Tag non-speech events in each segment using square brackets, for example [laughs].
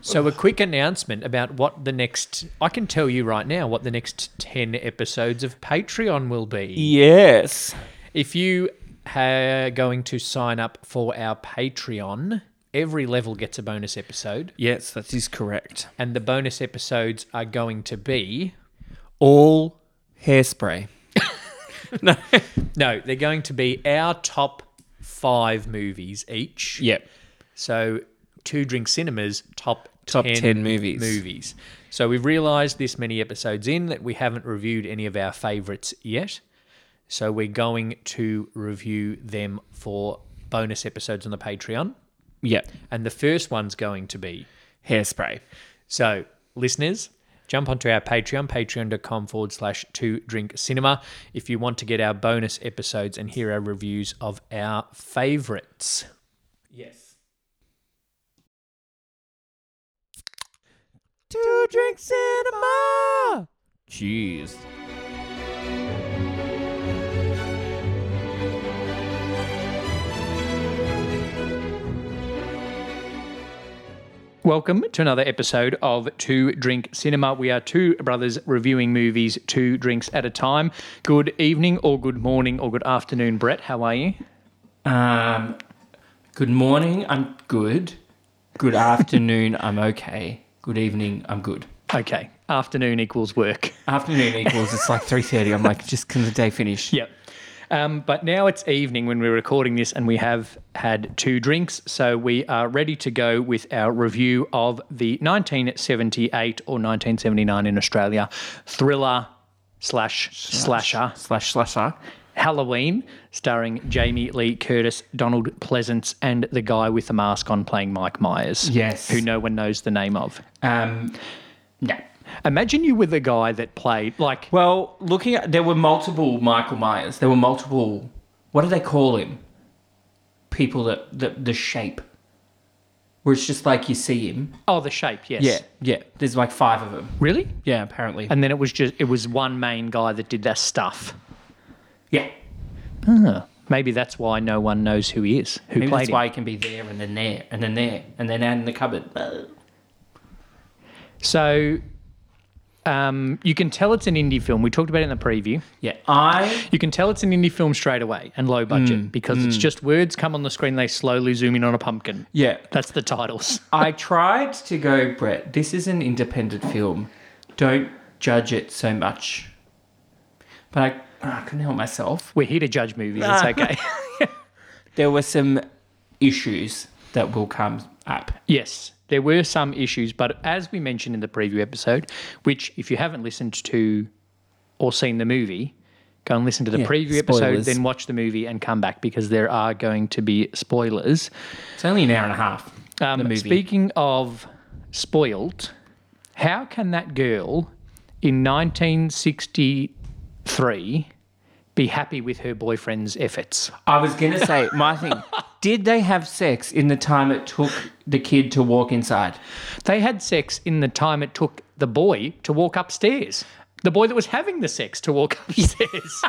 So, a quick announcement about what the next. I can tell you right now what the next 10 episodes of Patreon will be. Yes. If you are going to sign up for our Patreon, every level gets a bonus episode, Yes, that is correct. and the bonus episodes are going to be all. Hairspray. No, they're going to be our top five movies each. Yep. So, Two Drink Cinemas top Top 10, 10 movies. movies. So we've realised this many episodes in that we haven't reviewed any of our favourites yet. So we're going to review them for bonus episodes on the Patreon. Yep. And the first one's going to be Hairspray. so, listeners, jump onto our Patreon, patreon.com forward slash two drink cinema, if you want to get our bonus episodes and hear our reviews of our favorites. Yes. Two drink cinema. Jeez. Welcome to another episode of Two Drink Cinema. We are two brothers reviewing movies two drinks at a time. Good evening, or good morning, or good afternoon, Brett. How are you? Um. Good morning. I'm good. Good afternoon. I'm okay. Good evening. I'm good. Okay, afternoon equals work. Afternoon equals it's like three thirty. I'm like, just can the day [laughs] finish? Yep. Um, but now it's evening when we're recording this, and we have had two drinks, so we are ready to go with our review of the 1978 or 1979 in Australia thriller slash slasher Slash slasher. Halloween, starring Jamie Lee Curtis, Donald Pleasance, and the guy with the mask on playing Mike Myers. Yes. Who no one knows the name of. Um. Yeah. Imagine you were the guy that played, like, Well, looking at there were multiple Michael Myers. There were multiple. What do they call him? People that the the shape. Where it's just like you see him. oh, the shape, yes. yeah. There's like five of them. Really? Yeah, apparently. And then it was just, it was one main guy that did that stuff. yeah, Maybe that's why no one knows who he is, who maybe played that's him. why he can be there and then there and then there and then out in the cupboard. So um, you can tell it's an indie film. We talked about it in the preview. Yeah, [gasps] I You can tell it's an indie film straight away and low budget Mm. because it's just words come on the screen, they slowly zoom in on a pumpkin. yeah. That's the titles. I tried to go, Brett, this is an independent film. Don't judge it so much. But I, ah, I couldn't help myself. We're here to judge movies. It's Ah. [laughs] okay. There were some issues that will come up. yes, there were some issues, but as we mentioned in the preview episode, which if you haven't listened to or seen the movie, go and listen to the Yeah, preview spoilers. episode, then watch the movie and come back because there are going to be spoilers. It's only an hour and a half. Um, the movie. Speaking of spoilt, how can that girl in 1963 be happy with her boyfriend's efforts? I was going to [laughs] say, my thing, did they have sex in the time it took the kid to walk inside? They had sex in the time it took the boy to walk upstairs. The boy that was having the sex to walk [laughs] upstairs.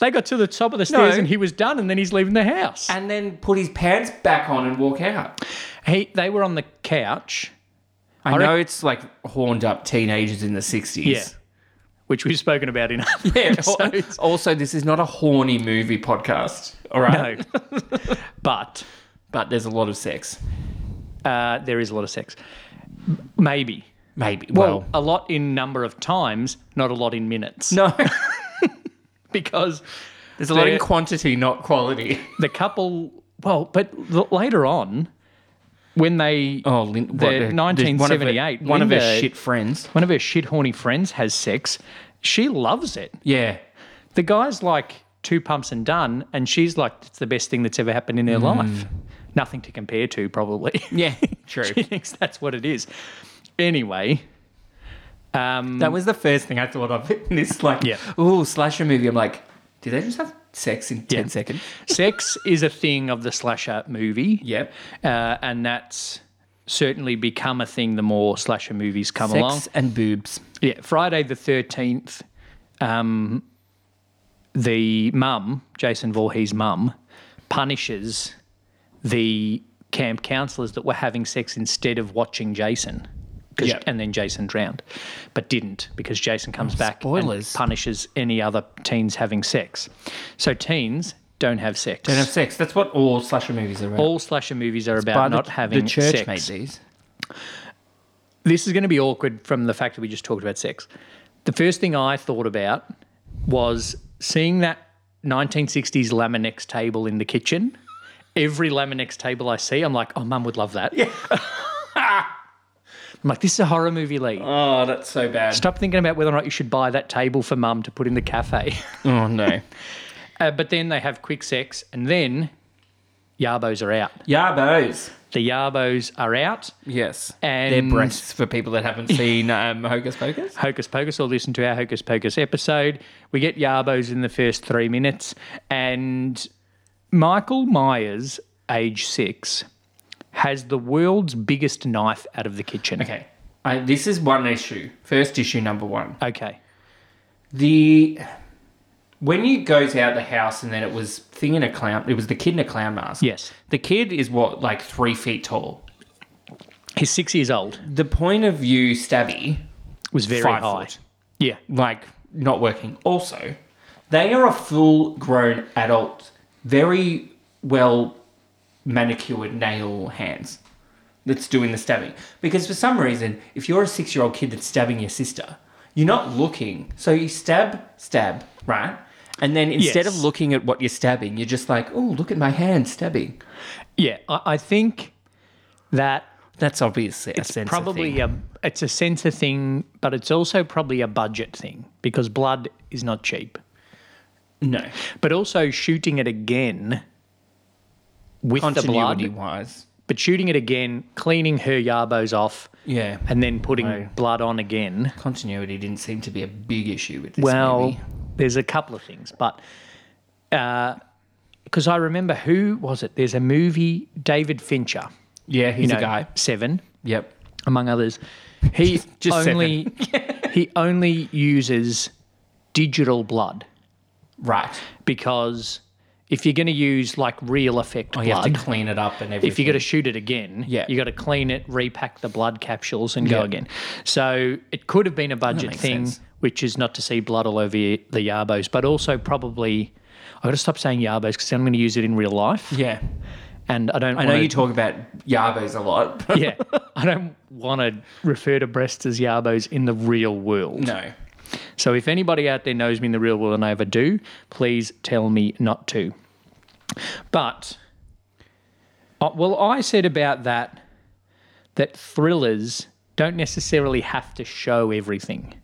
they got to the top of the stairs No. and he was done, and then he's leaving the house. And then put his pants back on and walk out. He, they were on the couch, I, rec- know it's like horned up teenagers in the 60s. yeah, which we've spoken about in other [laughs] Al- episodes. Also, this is not a horny movie podcast, all right? No. but But there's a lot of sex. Uh, there is a lot of sex. M- Maybe. Maybe. Well, Well, a lot in number of times, not a lot in minutes. no. Because [laughs] There's a lot There- in quantity, not quality. the couple, well, but l- later on, when they, Oh, Lin- what, The uh, 1978 One of her, one of her Linda- shit friends. one of her shit horny friends has sex, she loves it. Yeah. The guy's like two pumps and done, and she's like, it's the best thing that's ever happened in her life. Nothing to compare to, probably. Hmm. [laughs] Yeah. True. she thinks that's what it is. Anyway, um, that was the first thing I thought of in this, like, Yeah. ooh, slasher movie. I'm like, did they just have sex in 10 seconds? sex [laughs] is a thing of the slasher movie. Yep. uh, and that's certainly become a thing the more slasher movies come along. Sex and boobs. Yeah, Friday the thirteenth, um, the mum, Jason Voorhees' mum, punishes the camp counselors that were having sex instead of watching Jason. 'Cause- Yep. And then Jason drowned, but didn't because Jason comes back Oh, spoilers. and punishes any other teens having sex. So teens don't have sex. Don't have sex. That's what all slasher movies are about. All slasher movies are By about the- not having the church sex. made these. this is going to be awkward from the fact that we just talked about sex. The first thing I thought about was seeing that 1960s Laminex table in the kitchen. Every Laminex table I see, I'm like, oh, mum would love that. Yeah. [laughs] I'm like, this is a horror movie, Lee. Oh, that's so bad. Stop thinking about whether or not you should buy that table for mum to put in the cafe. [laughs] Oh [laughs] no. uh, but then they have quick sex, and then Yarbos are out. Yarbos. The Yarbos are out. Yes. And- their breasts for people that [laughs] haven't seen um, Hocus Pocus. Hocus Pocus or listen to our Hocus Pocus episode. We get Yarbos in the first three minutes. And Michael Myers, age six, has the world's biggest knife out of the kitchen. Okay. I, this is one issue. First issue number one. Okay. The when he goes out the house and then it was thing in a clown. It was the kid in a clown mask. Yes. The kid is what like three feet tall. He's six years old. The point of view stabby Was very Five high. foot. Yeah. like not working. Also, they are a full grown adult, very well manicured nail hands that's doing the stabbing. Because for some reason, if you're a six year old kid that's stabbing your sister, you're not looking. So you stab, stab, right? And then instead Yes. of looking at what you're stabbing, you're just like, oh, look at my hand stabbing. Yeah. I, I think that That's obviously a sense probably thing. a it's a sensor thing, but it's also probably a budget thing because blood is not cheap. no But also shooting it again with the blood. continuity wise. but shooting it again, cleaning her yarbos off, Yeah, and then putting No. blood on again. continuity didn't seem to be a big issue with this Well, movie. there's a couple of things, but because I remember who was it? There's a movie, David Fincher, Yeah, he's you a know, guy. Seven, Yep. among others. He [laughs] Just Seven. [laughs] only [laughs] he only uses digital blood Right. because if you're going to use like real effect Oh, blood, you have to clean it up and everything. if you're going to shoot it again, Yeah. you got to clean it, repack the blood capsules, and go Yeah. again. So it could have been a budget makes thing, sense. which is not to see blood all over y- the yarbos, but also probably I got to stop saying yarbos because I'm going to use it in real life, yeah. and I don't. I know you talk about Yarbos a lot. [laughs] But yeah, I don't want to refer to breasts as yarbos in the real world. no. So if anybody out there knows me in the real world and I ever do, please tell me not to. But, uh, well, I said about that that thrillers don't necessarily have to show everything.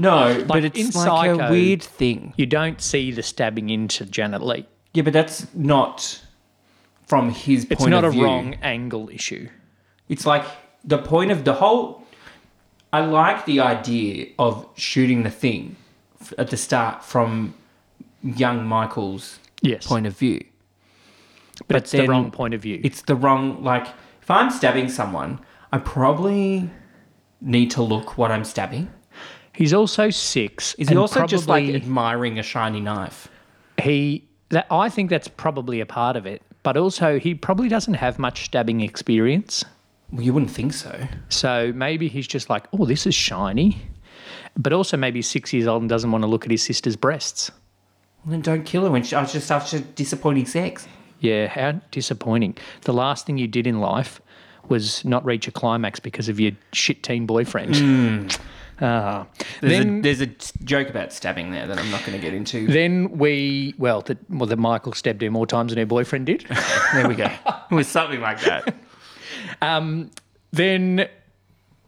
No, but it's in like Psycho- a weird thing. You don't see the stabbing into Janet Lee. Yeah, but that's not from his It's point not a of view. wrong angle issue. It's like the point of the whole. I like the idea of shooting the thing f- at the start from young Michael's Yes, point of view. but, it's the then wrong point of view. it's the wrong like if i'm stabbing someone i probably need to look what i'm stabbing He's also six. is he and also just like probably- admiring a shiny knife he that I think that's probably a part of it, but also he probably doesn't have much stabbing experience. well you wouldn't think so So maybe he's just like, "Oh, this is shiny." But also maybe he's 6 years old and doesn't want to look at his sister's breasts. well, then don't kill her when she, i was just after disappointing sex Yeah, how disappointing. The last thing you did in life was not reach a climax because of your shit teen boyfriend. Ah. there's, then a, there's a joke about stabbing there that i'm not going to get into then we well that well that Michael stabbed her more times than her boyfriend did. there we [laughs] go it was something like that Then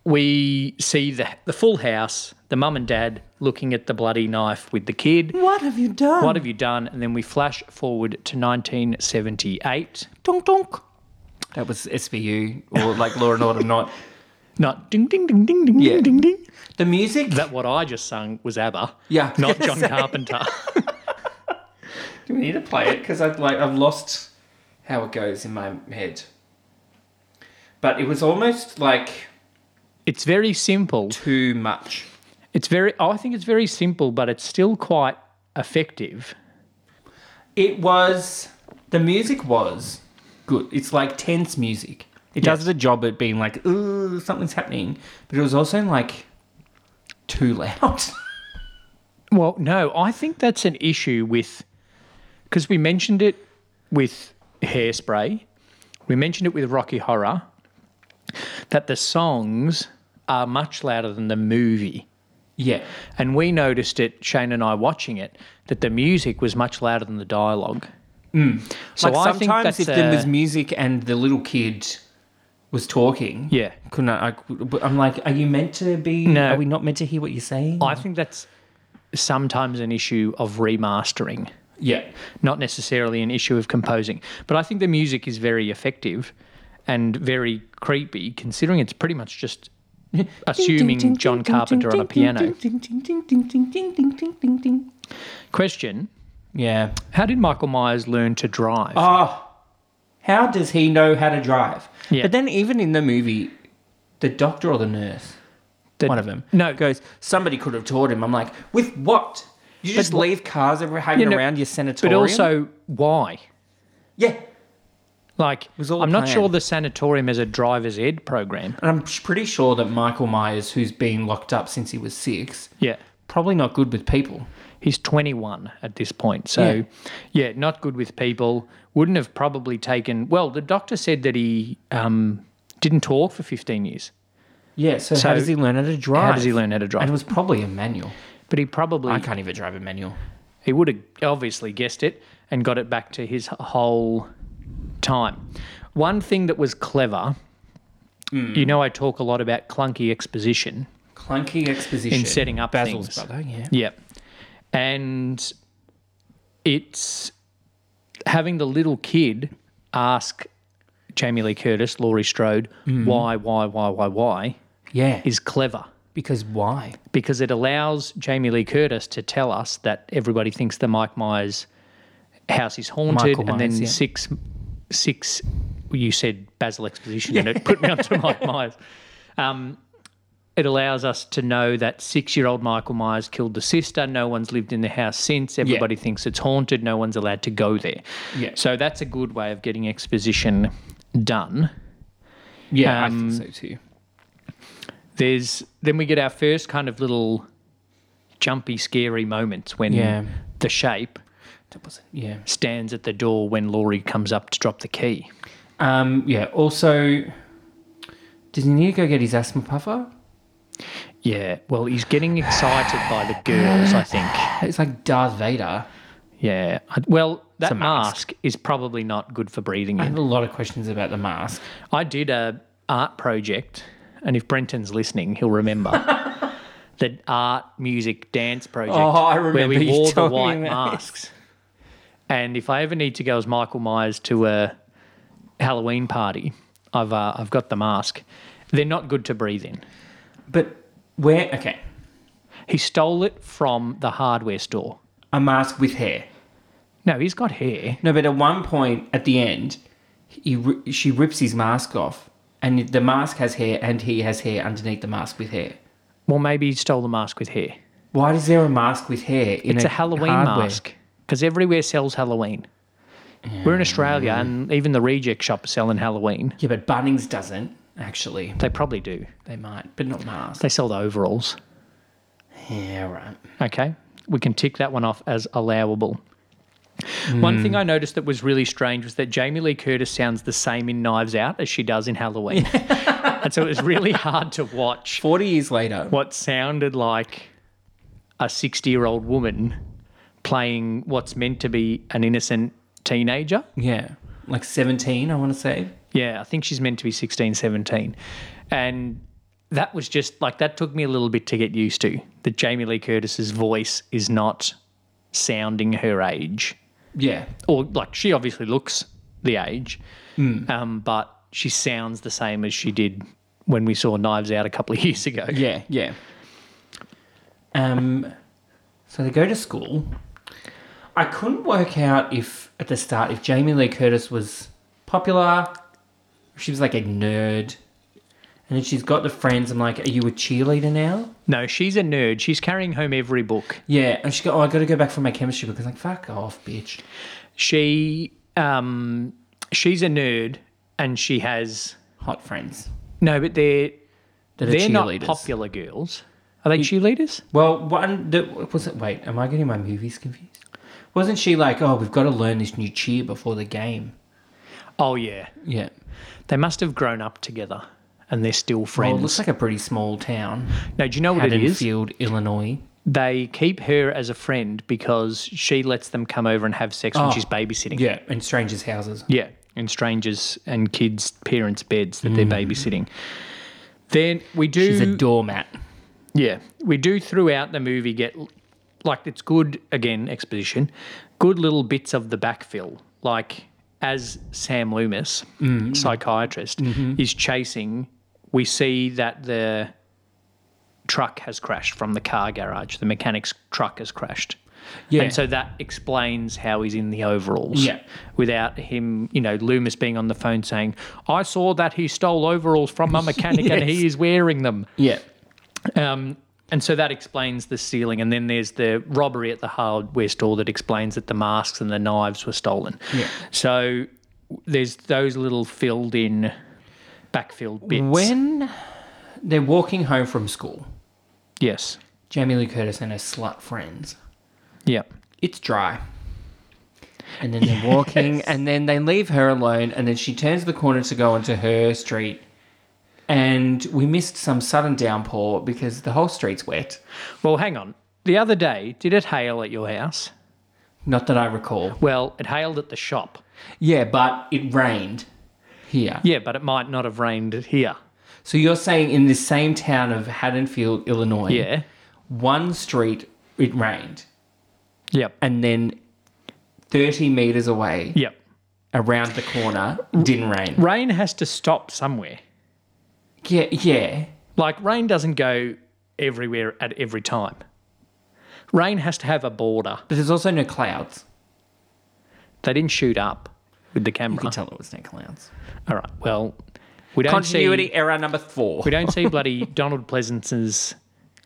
we see the, the full house, the mum and dad looking at the bloody knife with the kid. what have you done What have you done? And then we flash forward to 1978. donk donk that was svu or like law and order not Not ding, ding, ding, ding, ding, Yeah. ding, ding, ding. the music That what I just sung was ABBA. Yeah. Not [laughs] John Carpenter. Do we need to play it? Because I've like I've lost how it goes in my head. But it was almost like It's very simple. too much. It's very, I think it's very simple, but it's still quite effective. It was the music was good. It's like tense music. It does the job at being like, ooh, something's happening. But it was also like too loud. [laughs] Well, no, I think that's an issue with because we mentioned it with Hairspray, we mentioned it with Rocky Horror, that the songs are much louder than the movie. yeah. And we noticed it, Shane and I watching it, that the music was much louder than the dialogue. So Mm. like I think sometimes that's if there a- was music and the little kid was talking, Yeah. couldn't I, I? could- but I'm like, are you meant to be? No. Are we not meant to hear what you're saying? I think that's sometimes an issue of remastering. yeah. not necessarily an issue of composing. But I think the music is very effective and very creepy, considering it's pretty much [laughs] just assuming John Carpenter on a piano. Question Yeah. How did Michael Myers learn to drive? Oh, how does he know how to drive? Yeah. But then, even in the movie, the doctor or the nurse, The- one of them, No, go. goes, somebody could have taught him. I'm like, with what? You just wha- leave cars ever hanging You know, around your But sanatorium. also, why? yeah. Like, was all I'm not planned. sure the sanatorium is a driver's ed program. And I'm sh- pretty sure that Michael Myers, who's been locked up since he was six, Yeah. probably not good with people. He's 21 at this point. So, yeah, not good with people. Wouldn't have probably taken. Well, the doctor said that he um, didn't talk for 15 years. Yeah. So, So how does he learn how to drive? How does he learn how to drive? And it was probably a manual. but he probably I can't even drive a manual. he would have obviously guessed it and got it back to his whole time. One thing that was clever, Hmm. you know, I talk a lot about clunky exposition. Clunky exposition In setting up Basil's things. brother. Yeah. Yeah. And it's having the little kid ask Jamie Lee Curtis, Laurie Strode, why, why, why, why, why Yeah. is clever Because why? because it allows Jamie Lee Curtis to tell us that everybody thinks the Mike Myers house is haunted, Michael and then Myers, yeah. six, six, you said Basil exposition, and it put me onto [laughs] Mike Myers. Um, it allows us to know that six-year-old Michael Myers killed the sister. No one's lived in the house since. Everybody thinks it's haunted. No one's allowed to go there. Yeah. So that's a good way of getting exposition done. Yeah, Um, I think so too. there's then we get our first kind of little jumpy scary moments when Yeah. the shape That wasn't- Yeah. stands at the door when Laurie comes up to drop the key. Um, yeah. Also, does he need to go get his asthma puffer? Yeah, well, he's getting excited by the girls, I [gasps] think. It's like Darth Vader. Yeah, I- well, that a mask. mask. is probably not good for breathing I in. had a lot of questions about the mask. I did a art project, and if Brenton's listening, he'll [laughs] remember the art, music, dance project. Oh, I where remember we you wore the telling white me this. masks. And if I ever need to go as Michael Myers to a Halloween party, I've uh, I've got the mask. They're not good to breathe in. But where? Okay, He stole it from the hardware store. a mask with hair. No, he's got hair. No, but at one point at the end, he ri- she rips his mask off, and the mask has hair, and he has hair underneath the mask with hair. Well, maybe he stole the mask with hair. Why is there a mask with hair in It's a, a Halloween hardware? mask because everywhere sells Halloween. We're in Australia, and even the reject shop is selling Halloween. Yeah, but Bunnings doesn't actually. They probably do. They might, but not masks. They sell the overalls. Yeah, right. Okay, we can tick that one off as allowable. One thing I noticed that was really strange was that Jamie Lee Curtis sounds the same in Knives Out as she does in Halloween, and so it was really hard to watch Forty years later, what sounded like a sixty-year-old woman playing what's meant to be an innocent teenager. Yeah. Like 17, I want to say. Yeah, I think she's meant to be 16, 17. And that was just like, that took me a little bit to get used to. That Jamie Lee Curtis's voice is not sounding her age. Yeah. Or, like, she obviously looks the age, um, but she sounds the same as she did when we saw Knives Out a couple of [laughs] years ago. Yeah, yeah. Um so they go to school. I couldn't work out if at the start if Jamie Lee Curtis was popular, if she was like a nerd. And then she's got the friends. I'm like, are you a cheerleader now? No, she's a nerd. She's carrying home every book. Yeah. And she go, oh, I got to go back for my chemistry book. I was like, fuck off, bitch. She um, she's a nerd and she has Hot friends. no, but they're That are they're not cheerleaders. popular girls. Are they cheerleaders? Well, one that was it. Wait, am I getting my movies confused? Wasn't she like, oh, we've got to learn this new cheer before the game? Oh yeah, Yeah. they must have grown up together and they're still Well, it friends. Oh, looks like a pretty small town. no, do you know what it is? Haddonfield, Illinois. They keep her as a friend because she lets them come over and have sex Oh, when she's babysitting. Yeah, and strangers' houses. Yeah, in strangers and kids' parents' beds that they're babysitting. Then we do. Mm. She's a doormat. Yeah, we do throughout the movie get like it's good again exposition, good little bits of the backfill. Like as Sam Loomis, Mm-hmm. psychiatrist, is chasing, we see that the truck has crashed from the car garage. The mechanic's truck has crashed. Yeah. And so that explains how he's in the overalls. Yeah. Without him, you know, Loomis being on the phone saying, I saw that he stole overalls from a mechanic and [laughs] he is wearing them. Yeah. Um, and so that explains the stealing. And then there's the robbery at the hardware store that explains that the masks and the knives were stolen. Yeah. So there's those little filled in, backfilled bits. When they're walking home from school, Yes. Jamie Lee Curtis and her slut friends. Yeah. It's dry. And then they're walking, and then they leave her alone, and then she turns the corner to go onto her street. And we missed some sudden downpour because the whole street's wet. Well, hang on. The other day, did it hail at your house? Not that I recall. Well, it hailed at the shop. Yeah, but it rained here. Yeah, but it might not have rained here. So you're saying in the same town of Haddonfield, Illinois, Yeah. one street it rained, Yep. and then 30 meters away Yep. around the corner didn't rain. Rain has to stop somewhere. Yeah, yeah. Like rain doesn't go everywhere at every time. Rain has to have a border. But there's also no clouds. They didn't shoot up with the You camera. could tell it was no clouds. All right. Well, we don't Continuity see error number four. [laughs] we [laughs] don't see bloody Donald Pleasance's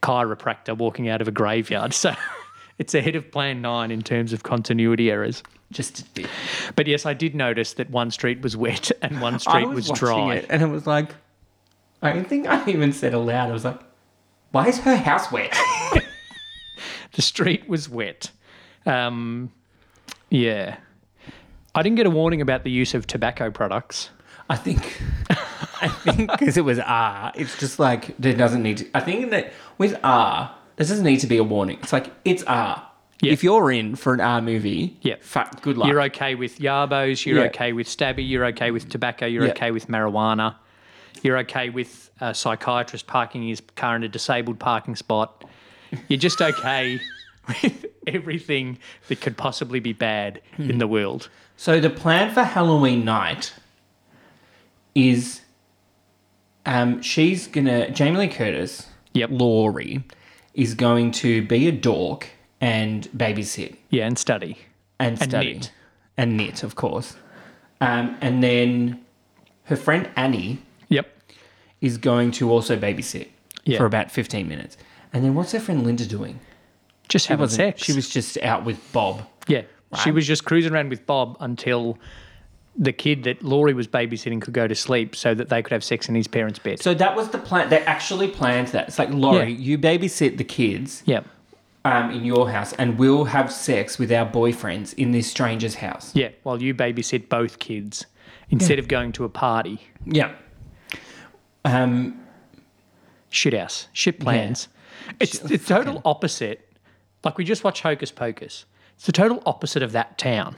chiropractor walking out of a graveyard. So [laughs] it's ahead of Plan Nine in terms of continuity errors. Just a bit. But yes, I did notice that one street was wet [laughs] and one street was, watching dry. it and it was like, I don't think I even said aloud. I was like, why is her house wet? The street was wet. Um, yeah. I didn't get a warning about the use of tobacco products. [laughs] I think, [laughs] I [laughs] think because it was R, it's just like there doesn't need. To, I think that with R, there doesn't need to be a warning. It's like it's R. Yeah. If you're in for an R movie, Yeah. fuck, good luck. You're okay with yarbos. You're Yeah. okay with stabby. You're okay with tobacco. You're Yeah. okay with marijuana. You're okay with a psychiatrist parking his car in a disabled parking spot. You're just [laughs] okay with everything that could possibly be bad Hmm. in the world. So the plan for Halloween night is, um, she's gonna Jamie Lee Curtis, Yep. Laurie, is going to be a dork and babysit Yeah, and study. and And study knit. and knit, of course, um, and then her friend Annie Yep. is going to also babysit Yeah. for about 15 minutes. And then what's her friend Linda doing? Just having Wasn't- sex. She was just out with Bob. yeah. She was just cruising around with Bob until the kid that Laurie was babysitting could go to sleep so that they could have sex in his parents' bed. So that was the plan. They actually planned that. It's like, Laurie, Yeah. you babysit the kids yep. um, in your house and we'll have sex with our boyfriends in this stranger's house. Yeah, while you babysit both kids instead of going to a party. Yeah. Um, Shit house, shit plans. It's the total opposite. Like we just watched Hocus Pocus. It's the total opposite of that town.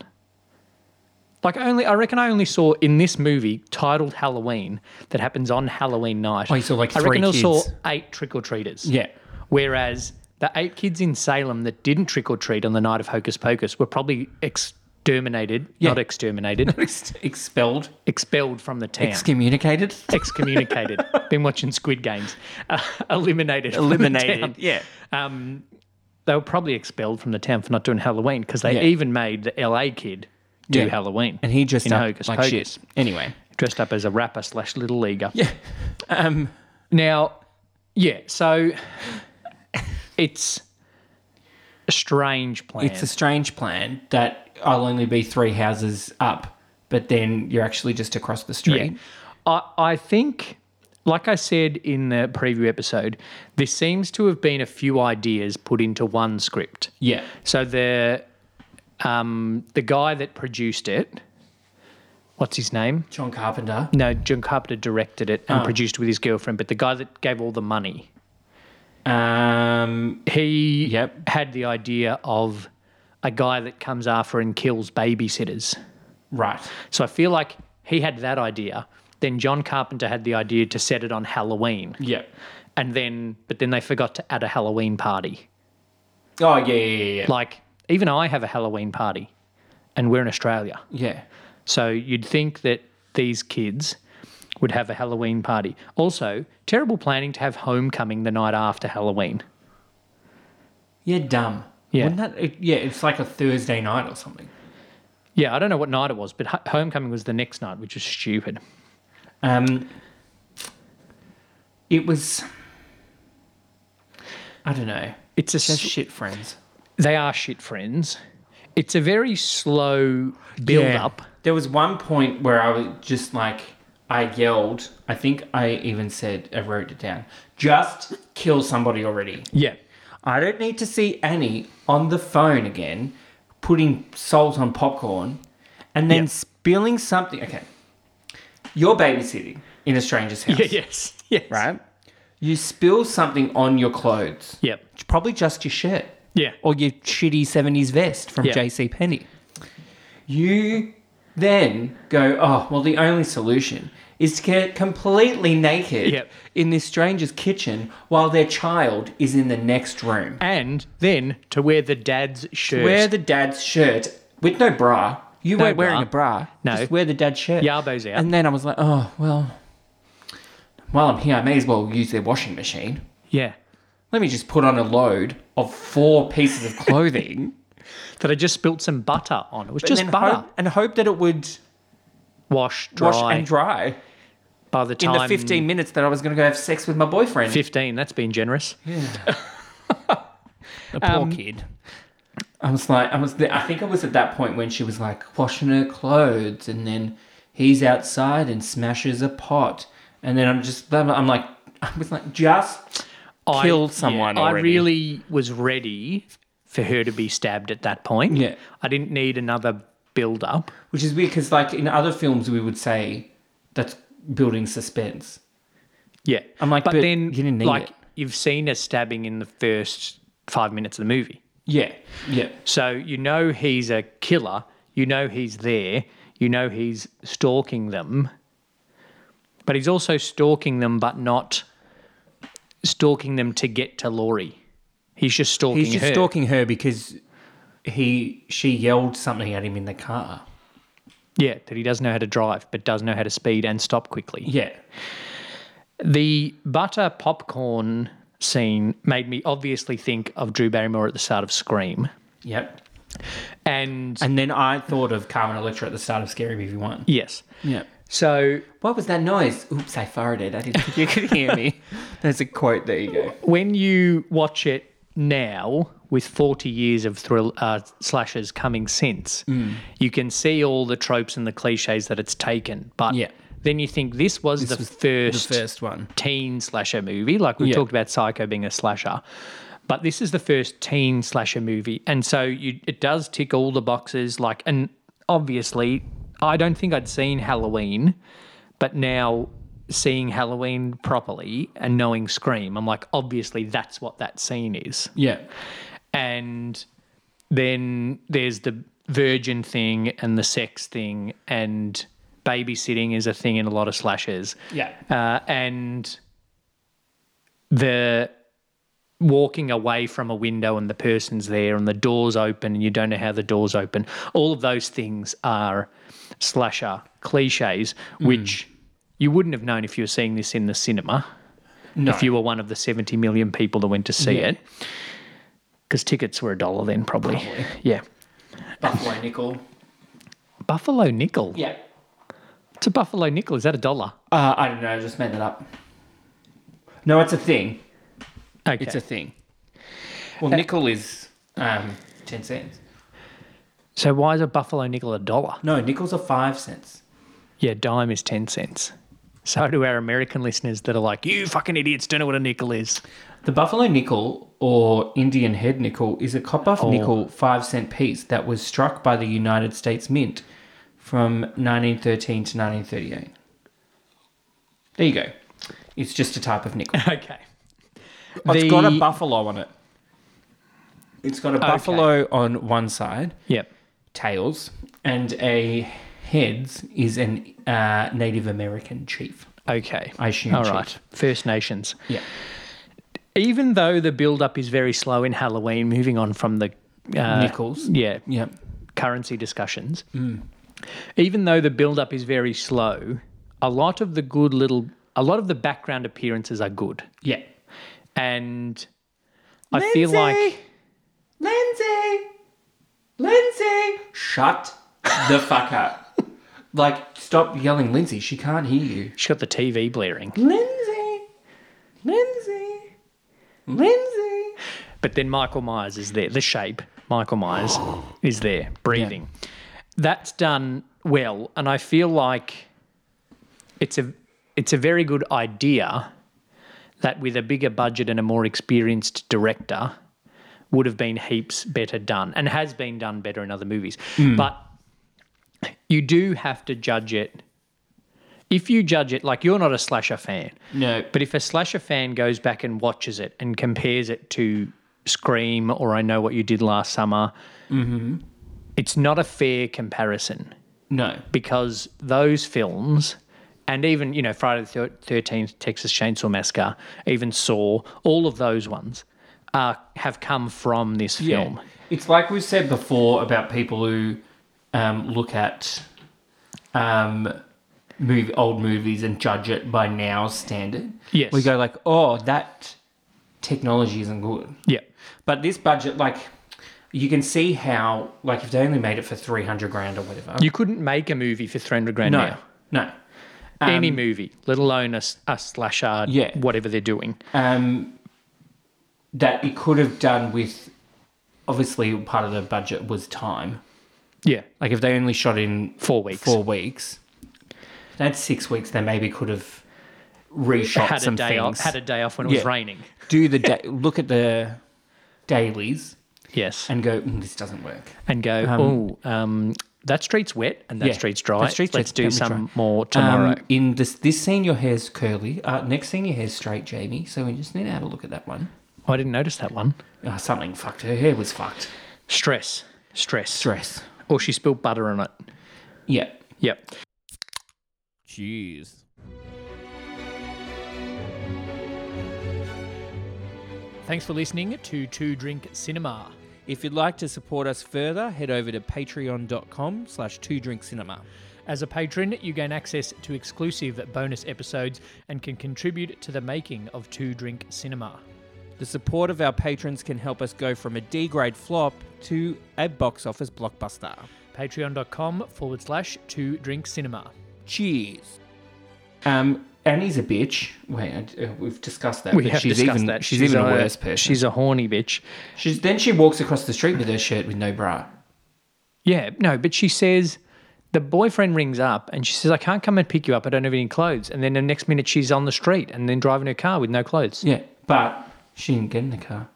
Like I only, I reckon I only saw in this movie titled Halloween that happens on Halloween night. Oh, you saw, like, I three reckon I saw kids. eight trick or treaters. yeah. [laughs] Whereas the eight kids in Salem that didn't trick or treat on the night of Hocus Pocus were probably exterminated, Yeah. not exterminated, [laughs] Ex- Expelled, expelled from the town. excommunicated, [laughs] excommunicated. Been watching Squid Games. Uh, eliminated. from the town. eliminated. Yeah. Um, they were probably expelled from the town for not doing Halloween because they Yeah. even made the LA kid do Yeah. Halloween. And he dressed In up Hocus like Pocus. shit. Anyway. dressed up as a rapper slash little leaguer. Yeah. Um, Now, yeah, so it's a strange plan. It's a strange plan that I'll only be three houses up but then you're actually just across the street. I, I think, like I said in the preview episode, there seems to have been a few ideas put into one script. Yeah. So the um, the guy that produced it, what's his name? John Carpenter. No, John Carpenter directed it and produced it with his girlfriend, but the guy that gave all the money, Um, he Yep. had the idea of a guy that comes after and kills babysitters. right. So I feel like he had that idea. Then John Carpenter had the idea to set it on Halloween. Yeah. And then, but then they forgot to add a Halloween party. Oh, yeah, yeah, yeah, yeah. Like, even I have a Halloween party and we're in Australia. yeah. So you'd think that these kids would have a Halloween party. Also, terrible planning to have homecoming the night after Halloween. Yeah, dumb. Yeah. Wouldn't that, it, yeah, it's like a Thursday night or something. Yeah, I don't know what night it was, but ho- homecoming was the next night, which is stupid. Um, it was. I don't know. It's a Just s- shit friends. they are shit friends. It's a very slow build up. There was one point where I was just like, I yelled. I think I even said, I wrote it down. Just kill somebody already. Yeah. I don't need to see Annie on the phone again, putting salt on popcorn, and then Yeah. spilling something. Okay, you're babysitting in a stranger's [laughs] house, yes. Yes. right? You spill something on your clothes. Yep. It's probably just your shirt. Yeah. Or your shitty 70s vest from Yeah. JC JCPenney. You then go, oh, well, the only solution is to get completely naked Yep. in this stranger's kitchen while their child is in the next room. And then to wear the dad's shirt. Wear the dad's shirt with no bra. You No weren't wearing bra. a bra. No. Just wear the dad's shirt. Yarbo's out. And then I was like, oh, well, while I'm here, I may as well use their washing machine. yeah. Let me just put on a load of four pieces [laughs] of clothing. That I just spilt some butter on. It was just and butter. Hope, and hope that it would wash, dry. wash and dry by the in time the 15 minutes that I was going to go have sex with my boyfriend. 15, that's been generous. Um, a poor kid. I was like, I was. There, I think I was at that point when she was like washing her clothes, and then he's outside and smashes a pot, and then I'm just, I'm like, [laughs] I was like, just I- killed someone. yeah, I already. really was ready for her to be stabbed at that point. Yeah. I didn't need another build up. which is weird because like in other films we would say that's building suspense. Yeah. I'm like, but, but then you didn't need like it. you've seen a stabbing in the first five minutes of the movie. Yeah, yeah, So you know he's a killer, you know he's there, you know he's stalking them. But he's also stalking them but not stalking them to get to Laurie. He's just stalking he's just her. stalking her because he she yelled something at him in the car. Yeah, that he doesn't know how to drive, but does know how to speed and stop quickly. Yeah, The butter popcorn scene made me obviously think of Drew Barrymore at the start of Scream. yep. And And then I thought of Carmen Electra at the start of Scary Movie One. yes. Yeah. So What was that noise? Oops, I farted. I didn't think you could hear me. [laughs] There's a quote. There you go. when you watch it now with 40 years of thrill uh, slashes coming since you can see all the tropes and the cliches that it's taken but Yeah. then you think this was, the, was first one. teen slasher movie like we Yeah. have talked about psycho being a slasher but this is the first teen slasher movie and so you it does tick all the boxes like and obviously i don't think i'd seen halloween but now seeing halloween properly and knowing scream i'm like obviously that's what that scene is Yeah. and then there's the virgin thing and the sex thing and babysitting is a thing in a lot of slashes Yeah. uh, and the walking away from a window and the person's there and the door's open and you don't know how the door's open. All of those things are slasher cliches, which you wouldn't have known if you were seeing this in the cinema. If you were one of the 70 million people that went to see Yeah. it. Because tickets were a dollar then, probably. Yeah. Buffalo nickel. Buffalo nickel. Yeah. It's a buffalo nickel. Is that a dollar? Uh, I don't know. I just made that up. No, it's a thing. Okay. Uh, It's a thing. Well, nickel is um, ten cents. So why is a buffalo nickel a dollar? No, nickels are five cents. Yeah, dime is 10 cents. So do our American listeners that are like, you fucking idiots don't know what a nickel [laughs] is. The buffalo nickel or Indian head nickel is a copper nickel five cent piece that was struck by the United States Mint from 1913 to 1938. There you go. It's just a type of nickel. Okay. Oh, [laughs] It's got a The- buffalo on it. It's got a buffalo on one side, Yep. tails, and a heads is an uh, Native American chief. Okay. I assume All chief. right. First Nations. Yeah. Even though the build up is very slow in Halloween, moving on from the uh, Nickels. Yeah. Yeah. currency discussions, even though the build up is very slow, a lot of the good little, a lot of the background appearances are good. Yeah. And I feel like, Lindsay, Lindsay, shut the fuck up. Like, stop yelling, Lindsay. She can't hear you. she got the TV blaring. Lindsay, Lindsay, Hmm? Lindsay. But then Michael Myers is there. The shape, Michael Myers, [gasps] is there, breathing. That's done well, and I feel like it's a it's a very good idea that with a bigger budget and a more experienced director would have been heaps better done and has been done better in other movies. But you do have to judge it. If you judge it like you're not a slasher fan, No, but but if a slasher fan goes back and watches it and compares it to Scream or I Know What You Did Last Summer, Mm-hmm. it's not a fair comparison no. because those films and even, you know, Friday the thir- 13th, Texas Chainsaw Massacre, even Saw, all of those ones are, have come from this film. Yeah. It's like we've said before about people who um, look at um, move, old movies and judge it by now standard. Yes. We go like, oh, that technology isn't good. Yeah. But this budget, like, you can see how, like, if they only made it for 300 grand or whatever. You couldn't make a movie for 300 grand no, now. no. Any movie, let alone a, s- a slasher, Yeah. whatever they're doing. Um, that it could have done with, obviously, part of the budget was time. Yeah. Like, if they only shot in Four weeks. four weeks, that's six weeks, they maybe could have reshot had a some day off. things. Had a day off when it was Yeah. raining. Do [laughs] the da- look at the dailies Yes, and, and go, "Mm, this doesn't work. go. oh, um, that street's wet and that yeah, street's dry. that street's Let's wet, do definitely some dry." more Um, tomorrow. in this this scene, your hair's curly. Uh, next scene, your hair's straight, Jamie. So we just need to have a look at that one. Oh, I didn't notice that one. Uh, something fucked. Her hair was fucked. Stress, stress, Dress. Or oh, she spilled butter on it. Yeah. Yep. Jeez. Thanks for listening to Two Drink Cinema. If you'd like to support us further, head over to patreon.com slash two drink cinema. As a patron, you gain access to exclusive bonus episodes and can contribute to the making of Two Drink Cinema. The support of our patrons can help us go from a D grade flop to a box office blockbuster. Patreon.com forward slash Two Drink Cinema. Cheers. Um, Annie's a bitch. Wait, I- uh, we've discussed that. We but have she's discussed even, that. She's, even a, worse person. She's a horny bitch. She's then she walks across the street with her shirt with no bra. Yeah, no, but she says the boyfriend rings up and she says, I can't come and pick you up. I don't have any clothes. And then the next minute she's on the street and then driving her car with no clothes. Yeah, but she didn't get in the car.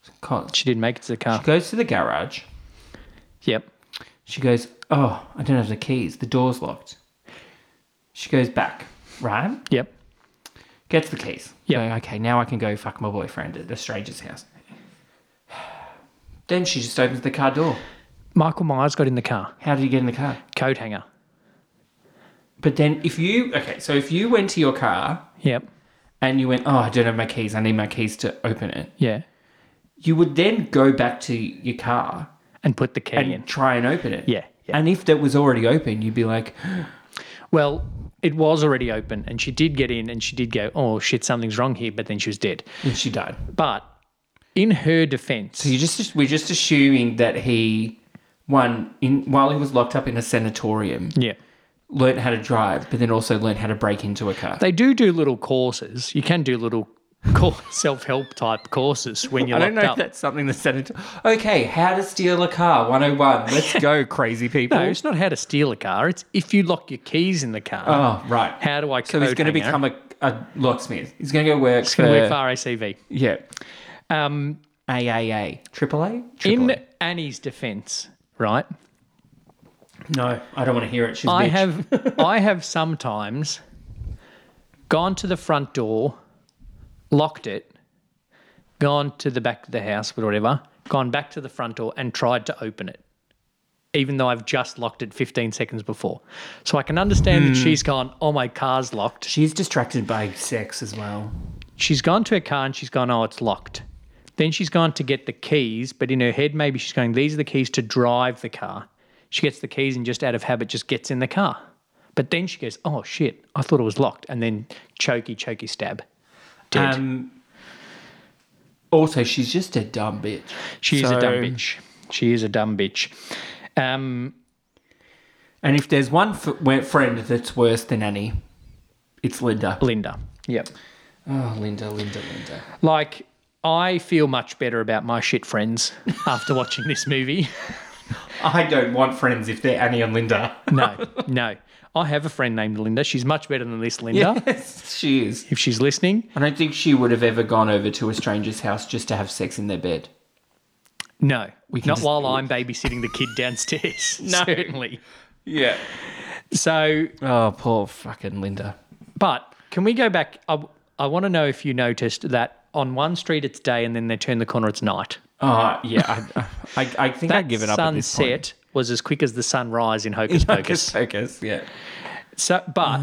It's a cot. She She didn't make it to the car. goes to the garage. Yep. She goes, "Oh, I don't have the keys. The door's locked." She goes back, right? Yep. Gets the keys. Yeah. Going, okay, now I can go fuck my boyfriend at a stranger's house. [sighs] Then she just opens the car door. Michael Myers got in the car. How did you get in the car? Coat hanger. But then if you okay, so if you went to your car Yep. and you went, "Oh, I don't have my keys. I need my keys to open it." Yeah. You would then go back to your car And put the key and in. try and open it. Yeah, yeah. And if that was already open, you'd be like, Well, it was already open and she did get in and she did go, oh shit, something's wrong here. But then she was dead. and she died. But in her defense, You just we're just assuming that he one in while he was locked up in a sanatorium, yeah. learned how to drive, but then also learned how to break into a car. They do do little [laughs] courses. You can do little self help type courses when you're I don't know locked if up. that's something that's said. Okay, how to steal a car [laughs] 101. Let's go, crazy people. No, it's not how to steal a car. It's if you lock your keys in the car. Oh, right. How do I so he's code going to hanger? become a, a locksmith. He's going to go work It's for, going to work for RACV. yeah Um, AAA triple A. in Triple A. Annie's defence, right? no, I don't want to hear it. She's a I bitch. [laughs] have I have sometimes gone to the front door, locked it, gone to the back of the house, whatever, gone back to the front door and tried to open it. Even though I've just locked it 15 seconds before. So I can understand Hmm. that she's gone, oh, my car's locked. She's distracted by sex as well. She's gone to her car and she's gone, oh, it's locked. Then she's gone to get the keys, but in her head, maybe she's going, these are the keys to drive the car. She gets the keys and just out of habit, just gets in the car. But then she goes, oh shit, I thought it was locked. And then choky, choky stab. Dead. Um, also, she's just a dumb bitch. She is a dumb So- bitch. She is a dumb bitch. Um, And if there's one f- we- friend that's worse than Annie, it's Linda. Linda. Yep. Oh, Linda, Linda, Linda. Like, I feel much better about my shit friends [laughs] after watching this movie. [laughs] I don't want friends if they're Annie and Linda. No, no. I have a friend named Linda. She's much better than this Linda. [laughs] Yes, she is. If she's listening, I don't think she would have ever gone over to a stranger's house just to have sex in their bed. No, We can not just- while [laughs] I'm babysitting the kid downstairs. [laughs] No. Certainly. Yeah. So, Oh, poor fucking Linda. but can we go back? I, I want to know if you noticed that on one street it's day, and then they turn the corner it's night. Oh, yeah. I, I, I think I've given up at this sunset point. was as quick as the sunrise in Hocus Pocus. [laughs] Focus, yeah. So, but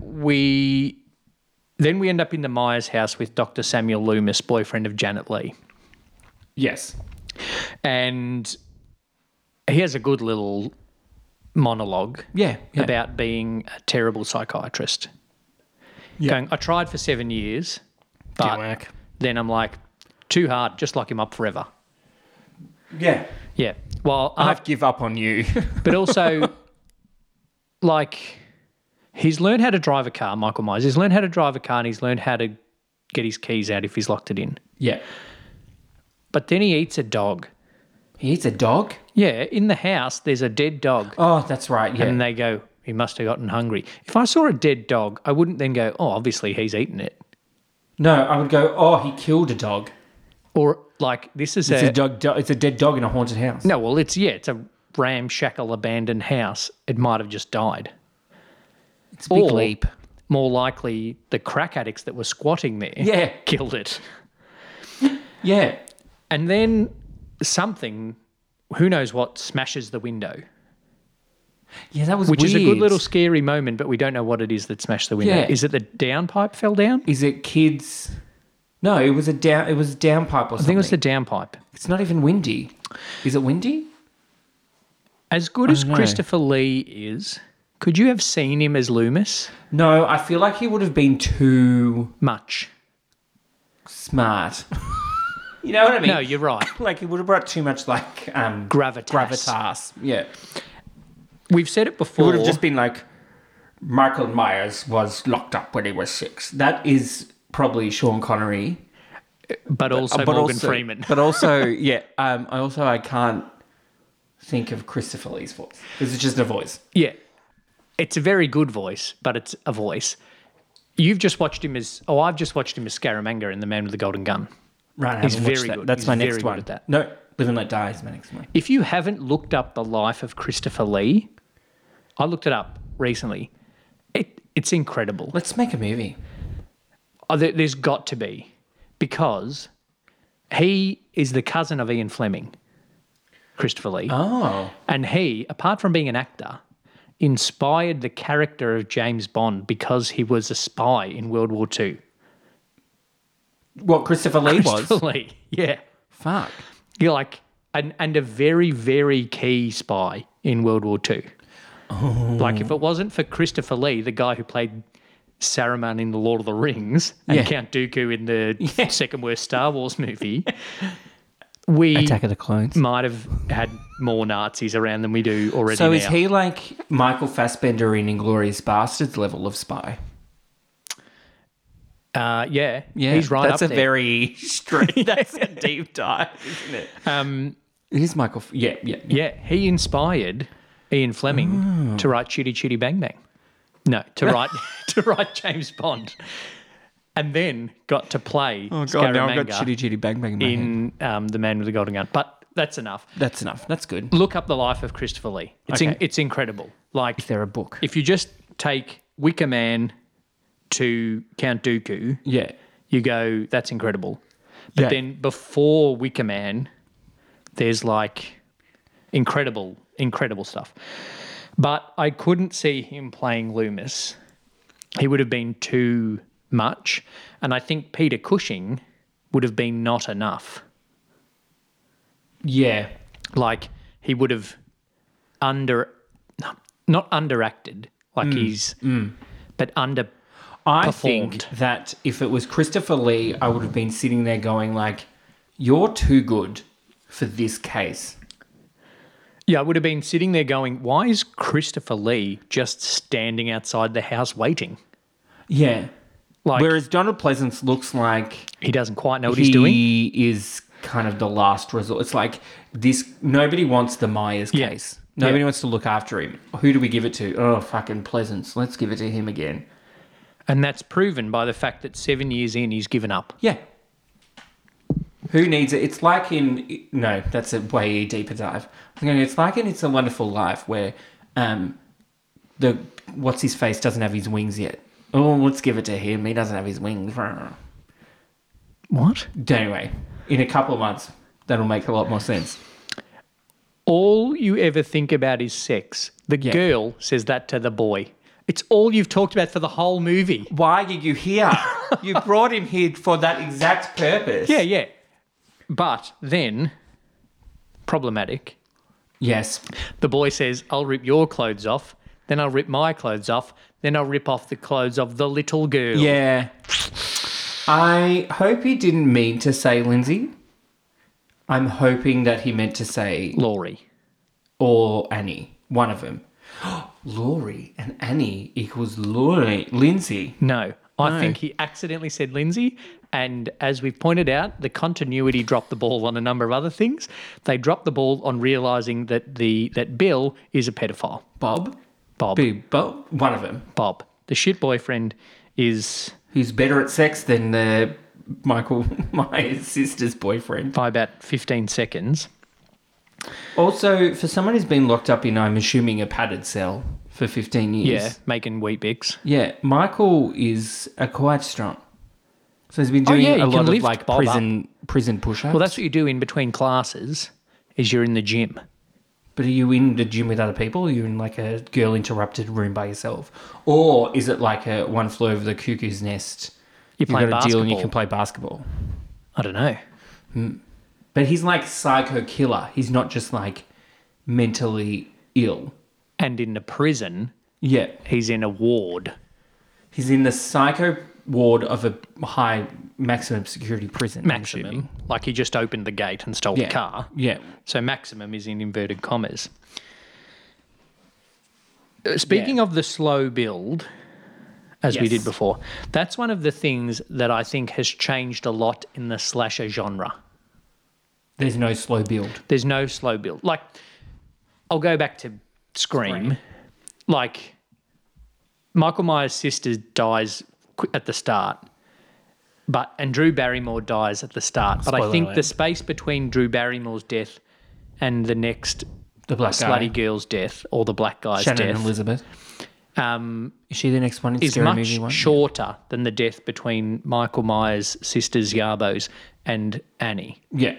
we then we end up in the Myers house with Dr. Samuel Loomis, boyfriend of Janet Lee, Yes. and he has a good little monologue. Yeah. yeah. about being a terrible psychiatrist. Going, I tried for seven years, but Didn't work. then I'm like, too hard, just lock him up forever. Yeah. Yeah. Well, I've give up [laughs] on you. uh, but also, [laughs] like, he's learned how to drive a car, Michael Myers. He's learned how to drive a car and he's learned how to get his keys out if he's locked it in. yeah. But then he eats a dog. He eats a dog? Yeah, in the house, there's a dead dog. Oh, that's right. Yeah. And they go, he must have gotten hungry. If I saw a dead dog, I wouldn't then go, oh, obviously he's eaten it. no, I would go, oh, he killed a dog. Or like this is It's a, a dog. do- It's a dead dog in a haunted house. no. Well, it's yeah, it's a ramshackle abandoned house. It might have just died. it's or- More likely, the crack addicts that were squatting there Yeah. [laughs] killed it. Yeah. And then something, who knows what, smashes the window, Yeah, that was which is a weird. good little scary moment. But we don't know what it is that smashed the window. Yeah. Is it the downpipe fell down? Is it kids? No, it was a down. It was a downpipe or something. I think it was the downpipe. It's not even windy. Is it windy? As good as don't know. Christopher Lee is, could you have seen him as Loomis? No, I feel like he would have been too Much. smart. [laughs] you know what I mean? No, you're right. like he would have brought too much like um Gravitas. gravitas. Yeah, We've said it it before. would have just been like Michael Myers was locked up when he was six. That is probably Sean Connery, but also but Morgan also- Freeman. But also, yeah. Um, I also I can't think of Christopher Lee's voice. This is just a voice. [laughs] Yeah. It's a very good voice, but it's a voice. You've just watched him as, oh, I've just watched him as Scaramanga in The Man with the Golden Gun. Right, I He's haven't watched very that. good. That's He's my very next good one. at that. No, Live and Let Die is my next one. If you haven't looked up the life of Christopher Lee, I looked it up recently. It, it's incredible. Let's make a movie. Oh, there, there's got to be, because he is the cousin of Ian Fleming, Christopher Lee. Oh, And he, apart from being an actor, inspired the character of James Bond because he was a spy in World War II. what Christopher Lee was? Christopher Lee. [laughs] Yeah. Fuck. You're like, and, and a very, very key spy in World War II. Oh. Like, if it wasn't for Christopher Lee, the guy who played Saruman in The Lord of the Rings and Yeah. Count Dooku in [laughs] the second worst Star Wars movie, we of the Clones. might have had more Nazis around than we do already. So is now. he like Michael Fassbender in Inglorious Bastards level of spy? Uh, yeah, Yeah, he's right That's up a there. [laughs] very straight. That's a deep dive, isn't it? Um, It is Michael. F- yeah, yeah, yeah, yeah. he inspired Ian Fleming Oh. to write Chitty Chitty Bang Bang. No, to write [laughs] to write James Bond, and then got to play Oh god, now I've got Scaramanga chitty chitty bang bang in my head. in um, The Man with the Golden Gun. But that's enough. That's enough. That's good. Look up the life of Christopher Lee. It's in, Okay. it's incredible. Like Is there a book? if you just take Wicker Man to Count Dooku, yeah. you go, that's incredible. But Yeah. then before Wicker Man, there's like incredible, incredible stuff. But I couldn't see him playing Loomis. He would have been too much. And I think Peter Cushing would have been not enough. Yeah. Like he would have under, not, not underacted, like he's, but under. I Performed. think that if it was Christopher Lee, I would have been sitting there going like, "You're too good for this case." Yeah, I would have been sitting there going, why is Christopher Lee just standing outside the house waiting? Yeah. Like Whereas Donald Pleasance looks like he doesn't quite know what he he's doing. is kind of the last resort. It's like this. Nobody wants the Myers Yeah. case. Nobody Yeah. wants to look after him. Who do we give it to? Oh, fucking Pleasance. Let's give it to him again. And that's proven by the fact that seven years in, he's given up. Yeah. Who needs it? It's like in no, that's a way deeper dive. You know, It's like in It's a Wonderful Life where um, the what's his face doesn't have his wings yet. Oh, let's give it to him. He doesn't have his wings. What? Anyway, in a couple of months, that'll make a lot more sense. All you ever think about is sex. The Yeah. girl says that to the boy. It's all you've talked about for the whole movie. Why are you here? you brought him here for that exact purpose. Yeah, yeah. But then, problematic. Yes. The boy says, I'll rip your clothes off, then I'll rip my clothes off, then I'll rip off the clothes of the little girl. Yeah. I hope he didn't mean to say Lindsay. I'm hoping that he meant to say Laurie. or Annie, one of them. [gasps] Laurie and Annie equals Laurie Lindsay. No. I No. think he accidentally said Lindsay. And as we've pointed out, the continuity dropped the ball on a number of other things. They dropped the ball on realizing that the that Bill is a pedophile. Bob, Bob. Boo, Bob, one of them. Bob. The shit boyfriend is Who's better at sex than uh, Michael, [laughs] my sister's boyfriend? by about 15 seconds. Also, for someone who's been locked up in, I'm assuming, a padded cell for 15 years. Yeah. Making wheat bix. Yeah, Michael is a quite strong. So he's been Oh, doing yeah, you a can lot of lift like Bob up. prison prison push-ups. Well, that's what you do in between classes is you're in the gym. but are you in the gym with other people? Are you in like a girl interrupted room by yourself, or is it like a one flew over the cuckoo's nest? You're playing got a deal and you basketball. can play basketball. I don't know. But he's like psycho killer. He's not just like mentally ill. And in the prison, Yeah, he's in a ward. he's in the psycho ward of a high maximum security prison. I'm Maximum. assuming. Like he just opened the gate and stole Yeah. the car. Yeah. So maximum is in inverted commas. Uh, Speaking of the slow build, as we Yes. did before, that's one of the things that I think has changed a lot in the slasher genre. There's no slow build. There's no slow build. Like, I'll go back to Scream. Like, Michael Myers' sister dies qu- at the start, but and Drew Barrymore dies at the start. But I Spoiler think the alert. space between Drew Barrymore's death and the next The black guy. slutty girl's death or the black guy's Shannon death Elizabeth. um, Is she the next one in is Scary much Movie One? shorter than the death between Michael Myers' sisters Yarbos and Annie. yeah.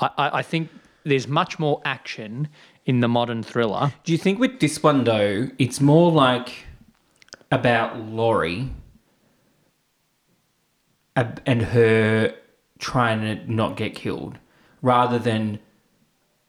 I, I, I think there's much more action in the modern thriller. Do you think with this one though, it's more like about Laurie ab- and her trying to not get killed, rather than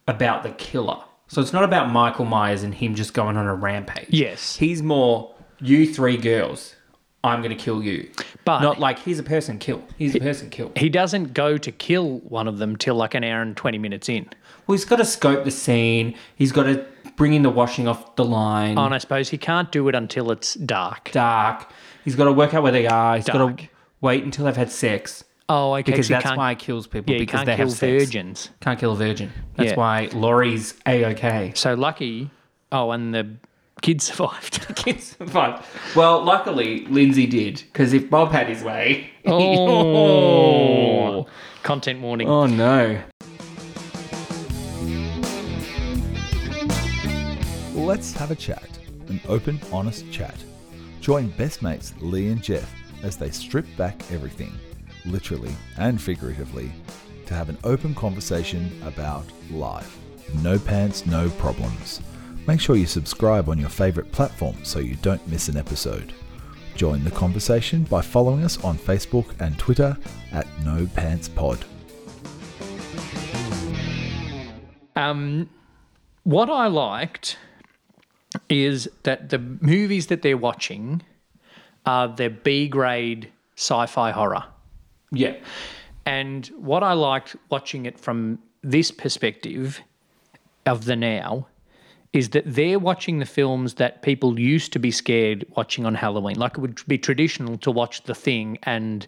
about the killer. So it's not about Michael Myers and him just going on a rampage. Yes. he's more you three girls. I'm gonna kill you, But- not like he's a person kill. He's a person kill. He doesn't go to kill one of them till like an hour and 20 minutes in. Well, he's got to scope the scene. He's got to bring in the washing off the line. And I suppose he can't do it until it's dark. dark. He's got to work out where they are. He's got Dark. to wait until they've had sex Oh, okay. because so you that's can't- why it kills people yeah, you because can't they kill have sex. virgins. Can't kill a virgin. That's Yeah. why Laurie's a [laughs] okay. So lucky. Oh, and the kid [laughs] survived. Kids survived. Well, luckily Lindsay did because if Bob had his way, [laughs] Oh. [laughs] Content warning. oh no. Let's have a chat, an open, honest chat. Join best mates Lee and Jeff as they strip back everything, literally and figuratively, to have an open conversation about life. No pants, no problems. Make sure you subscribe on your favourite platform so you don't miss an episode. Join the conversation by following us on Facebook and Twitter at No Pants Pod. Um, what I liked is that the movies that they're watching are their B grade sci fi horror. Yeah. And what I liked watching it from this perspective of the now is that they're watching the films that people used to be scared watching on Halloween. Like it would be traditional to watch The Thing and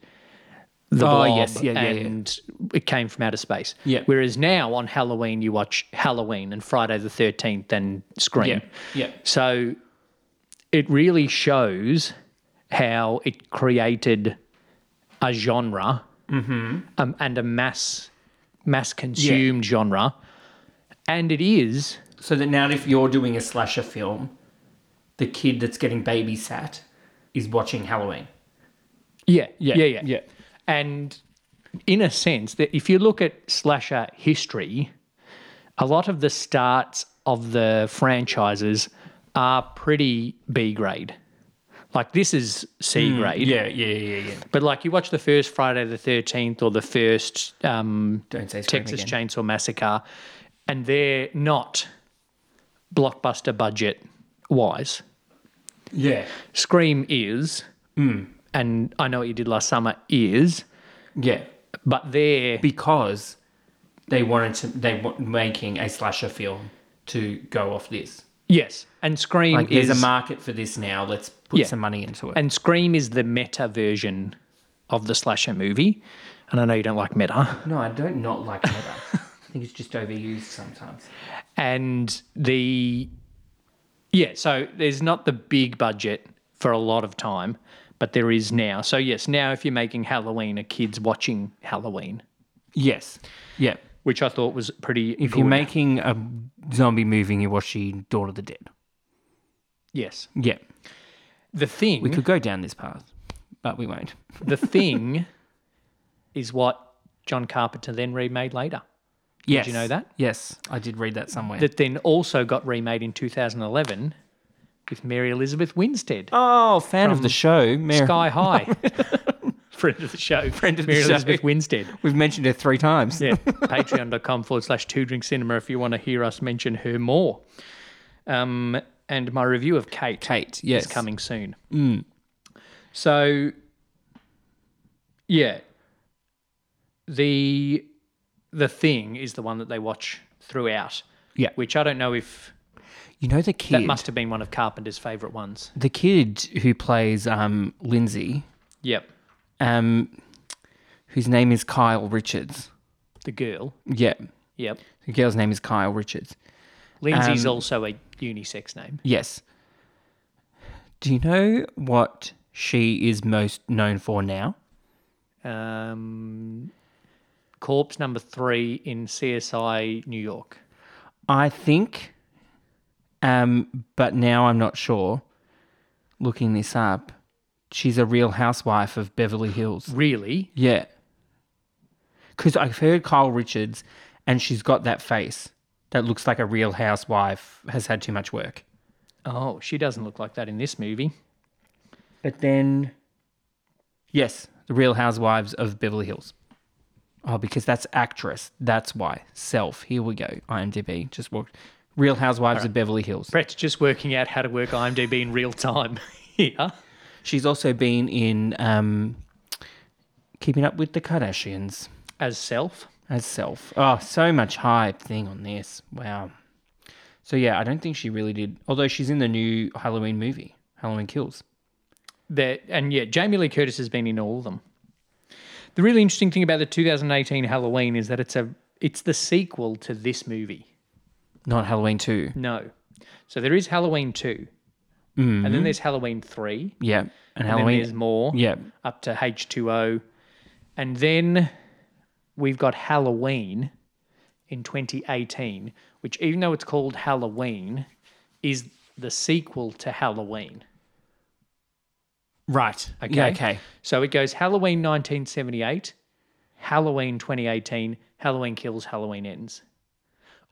The Oh, Blob yes. Yeah, yeah, yeah. and It Came From Outer Space. Yeah. Whereas now on Halloween, you watch Halloween and Friday the 13th and Scream. Yeah. Yeah. So it really shows how it created a genre um, and a mass mass consumed genre, and it is So that now, if you're doing a slasher film, the kid that's getting babysat is watching Halloween. yeah yeah yeah yeah, yeah. and in a sense that if you look at slasher history, a lot of the starts of the franchises are pretty B grade. Like this is C grade, Yeah, yeah, yeah, yeah. but like you watch the first Friday the Thirteenth or the first um, Don't say Scream Texas again. Chainsaw Massacre, and they're not blockbuster budget wise. Yeah, Scream is, Hmm. and I know what you did last summer is, yeah. but they're Because they wanted to, they were making a slasher film to go off this. yes, and Scream Like, is there's a market for this now. Let's put Yeah. some money into it. and Scream is the meta version of the slasher movie. And I know you don't like meta. no, I don't not like leather. I think it's just overused sometimes. and the yeah so there's not the big budget for a lot of time but there is now so yes now if you're making halloween a kids watching halloween [laughs] Yes. Yeah. which i thought was pretty If you're making a zombie movie, you're watching Dawn of the Dead. yes Yeah. the thing We could go down this path, but we won't. the thing [laughs] is what john carpenter then remade later Yes. you know that? Yes. I did read that somewhere. that then also got remade in 2011 with mary elizabeth winstead oh, fan of the show. Mary. sky high [laughs] friend of the show friend of the mary show. elizabeth winstead We've mentioned her three times. yeah, [laughs] patreon.com forward slash two drink cinema if you want to hear us mention her more. Um, and my review of Kate, Kate, yes. Mm. is coming soon. So, yeah, the the thing is the one that they watch throughout. Yeah. which I don't know if You know the that kid. must have been one of Carpenter's favorite ones. the kid who plays um, Lindsay, Yep, um, whose name is Kyle Richards. the girl. Yeah. Yep, The girl's name is Kyle Richards. Lindsay's Um, also a unisex name. Yes. Do you know what she is most known for now? um, corpse number three in CSI New York. I think, um, but now I'm not sure. Looking this up, she's a real housewife of Beverly Hills. Really? Yeah. Because I've heard Kyle Richards, and she's got that face that looks like a real housewife has had too much work. Oh, she doesn't look like that in this movie. But then, yes, the Real Housewives of Beverly Hills. Oh, because that's actress. That's why. Self. Here we go. IMDb just walked. Real Housewives of Beverly Hills. Brett's just working out how to work IMDb in real time [laughs] here. She's also been in um, Keeping Up with the Kardashians As self. as self. Oh, so much hype thing on this. Wow. So yeah, I don't think she really did. Although she's in the new Halloween movie, Halloween Kills. That and yeah, Jamie Lee Curtis has been in all of them. The really interesting thing about the 2018 Halloween is that it's a it's the sequel to this movie. Not Halloween 2. No. So there is Halloween 2. And then there's Halloween 3. Yeah. And, And then Halloween. there's more. yeah. Up to H2O. And then we've got Halloween in 2018, which, even though it's called Halloween, is the sequel to Halloween. Right. Okay. okay. So it goes Halloween 1978, Halloween 2018, Halloween Kills, Halloween Ends.